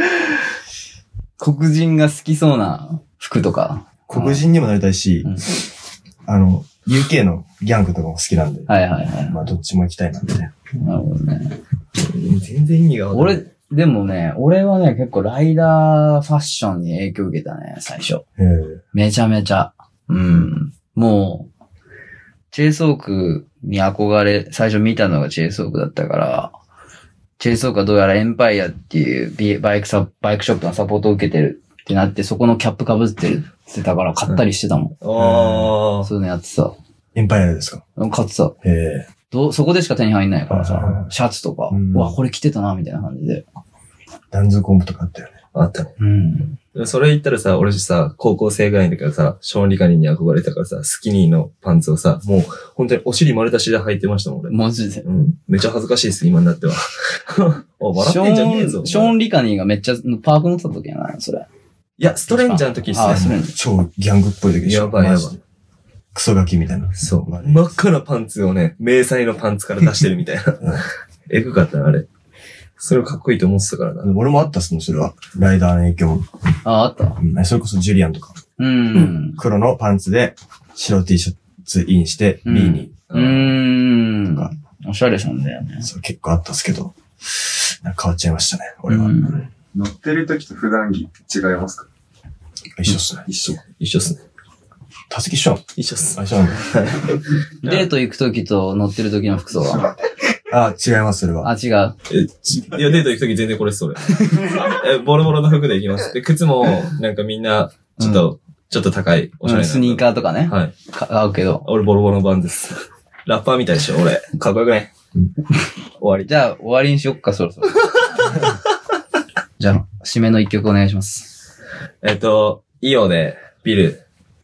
Speaker 2: 黒人が好きそうな服とか。
Speaker 4: 黒人にもなりたいし
Speaker 2: うん、
Speaker 4: あの、UK のギャングとかも好きなんで、
Speaker 2: はいはいはい。
Speaker 4: まあどっちも行きたいなみたいな。
Speaker 2: なるほどね。
Speaker 3: 全然意味がわかんない。
Speaker 2: 俺、でもね、俺はね、結構ライダーファッションに影響受けたね、最初。
Speaker 4: ええ。
Speaker 2: めちゃめちゃ。うん。もう、チェイソークに憧れ、最初見たのがチェイソークだったから、チェイソークはどうやらエンパイアっていうビバイクサ、バイクショップのサポートを受けてるってなって、そこのキャップ被ってるってたから買ったりしてたもん。
Speaker 3: あー
Speaker 2: そういうのやってた。
Speaker 4: エンパイアですか
Speaker 2: 買ってた。
Speaker 4: ええ。
Speaker 2: どうそこでしか手に入んないから
Speaker 4: はいはい
Speaker 2: さ
Speaker 4: は、い
Speaker 2: シャツとか、
Speaker 4: うん
Speaker 2: うわ、これ着てたな、みたいな感じで。
Speaker 4: ダンズコンブとかあったよね。
Speaker 3: あったね。
Speaker 2: うん。
Speaker 3: それ言ったらさ、俺さ、高校生ぐらいの時からさ、小児科医に憧れたからさ、スキニーのパンツをさ、もう本当にお尻丸出しで履いてましたもん、俺。
Speaker 2: マジで。
Speaker 3: うん。めっちゃ恥ずかしいっす、今になっては。 お、笑ってんじゃねえぞ。
Speaker 2: ショーンショーン・リカニーがめっちゃパーク乗ってた時やないそれ。
Speaker 3: いや、ストレンジャーの時っす
Speaker 2: あ
Speaker 3: ね。
Speaker 2: そうなんだ
Speaker 4: 超ギャングっぽい時でしょ。
Speaker 3: やばいやばい
Speaker 4: マジで。クソガキみたいな。
Speaker 3: そう。
Speaker 4: 丸い
Speaker 3: 真っ赤なパンツをね、迷彩のパンツから出してるみ たいな。えぐかったな、あれ。それをかっこいいと思ってたからな。
Speaker 4: 俺もあったっすね、それは。ライダーの影響も。
Speaker 2: あ、あった。
Speaker 4: うんそれこそジュリアンとか。
Speaker 2: うん。
Speaker 4: 黒のパンツで、白 T シャツインして、
Speaker 2: うん
Speaker 4: B に。
Speaker 2: うーん。おしゃれさんだよね。
Speaker 4: そう、結構あったっすけど。なんか変わっちゃいましたね、俺は。
Speaker 2: うん
Speaker 1: 乗ってる時と普段着って違いますか
Speaker 4: 一緒っすね。
Speaker 1: 一緒。
Speaker 3: 一緒っすね。
Speaker 4: たすき一緒なの
Speaker 3: 一緒っす。
Speaker 4: あ、一緒なんだ。
Speaker 2: デート行く時と乗ってる時の服装は。
Speaker 4: あ、違います、それは。
Speaker 2: あ、違う。
Speaker 3: え、ちいや、デート行くとき全然これっす、 俺。え、ボロボロの服で行きます。で、靴も、なんかみんな、ちょっと、ちょっと高い、おしゃれ
Speaker 2: うん
Speaker 3: な。
Speaker 2: スニーカーとかね。
Speaker 3: はい。
Speaker 2: 買うけど。
Speaker 3: 俺、ボロボロのバンです。ラッパーみたいでしょ、俺。かっこよくね
Speaker 4: うん。
Speaker 3: 終わり。
Speaker 2: じゃあ、終わりにしよっか、そろそろ。 じゃあ、締めの一曲お願いします。
Speaker 3: えっと、イオで、ビル。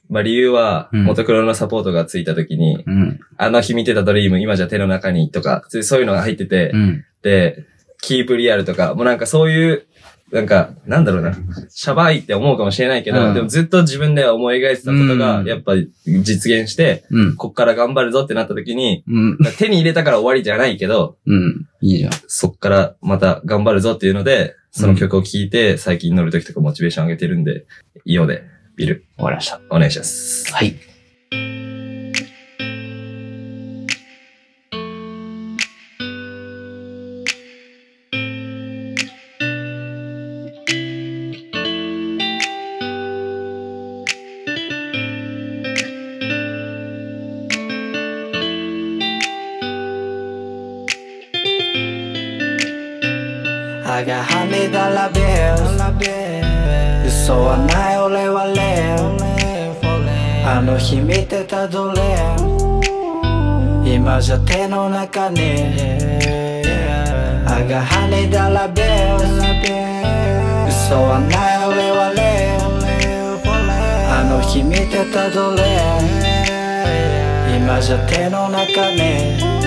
Speaker 3: まあ、理由は、
Speaker 2: うん
Speaker 3: 元クロのサポートがついたときに、
Speaker 2: うん。
Speaker 3: あの日見てたドリーム、今じゃ手の中にとか、そういうのが入ってて、
Speaker 2: うん。
Speaker 3: で、キープリアルとか、もうなんかそういうなんか、なんだろうな、シャバいって思うかもしれないけど、
Speaker 2: うん
Speaker 3: でもずっと自分では思い描いてたことが、
Speaker 2: うん
Speaker 3: やっぱ実現して、
Speaker 2: うん。
Speaker 3: こっから頑張るぞってなった時に、
Speaker 2: うん。
Speaker 3: 手に入れたから終わりじゃないけど、
Speaker 2: うん。いいじゃん。
Speaker 3: そっからまた頑張るぞっていうので、その曲を聴いて、最近乗る時とかモチベーション上げてるんで、イオで、ビル、
Speaker 2: 終わりました。
Speaker 3: お願いします。
Speaker 2: はい。
Speaker 5: I got honey dollar bills 嘘はない俺はレオあの日見てたどれ今じゃ手の中に I got honey dollar bills 嘘はない俺はレオあの日見てたどれ今じゃ手の中に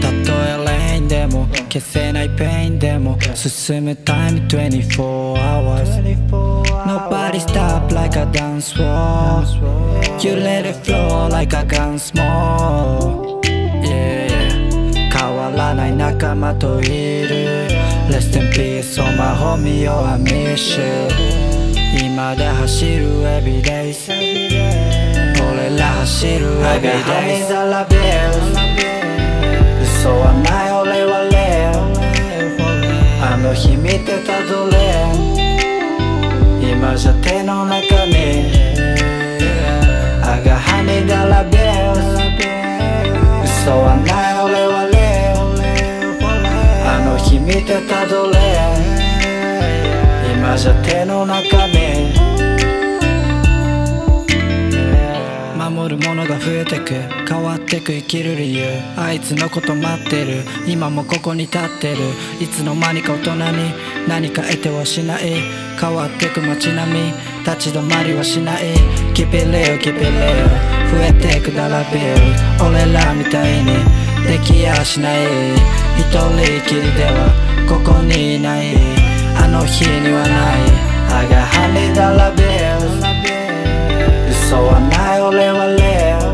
Speaker 5: たとえレインでも消せないペインでも進むタイム24 hours Nobody stop like a dance wall You let it flow like a gun smoke Yeah, yeah 変わらない仲間といる Rest in peace on my homie or I miss you 今で走る everyday 俺ら走る everyday 嘘はない俺はレオあの日見てたどれ今じゃ手の中にあがはにだらべ嘘はない俺はレオあの日見てたどれ今じゃ手の中に守るものが増えてく変わってく生きる理由あいつのこと待ってる今もここに立ってるいつの間にか大人に何か得てはしない変わってく街並み立ち止まりはしない Keep it real, keep it real 増えてくだらビル俺らみたいにできやしない一人きりではここにいないあの日にはないあがはにだらビル嘘はない俺はレオ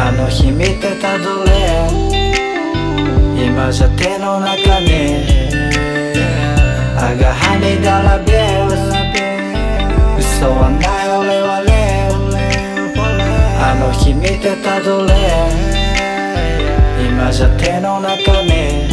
Speaker 5: あの日見てたどれ今じゃ手の中にあがはにだらべ嘘はない俺はレオあの日見てたどれ今じゃ手の中に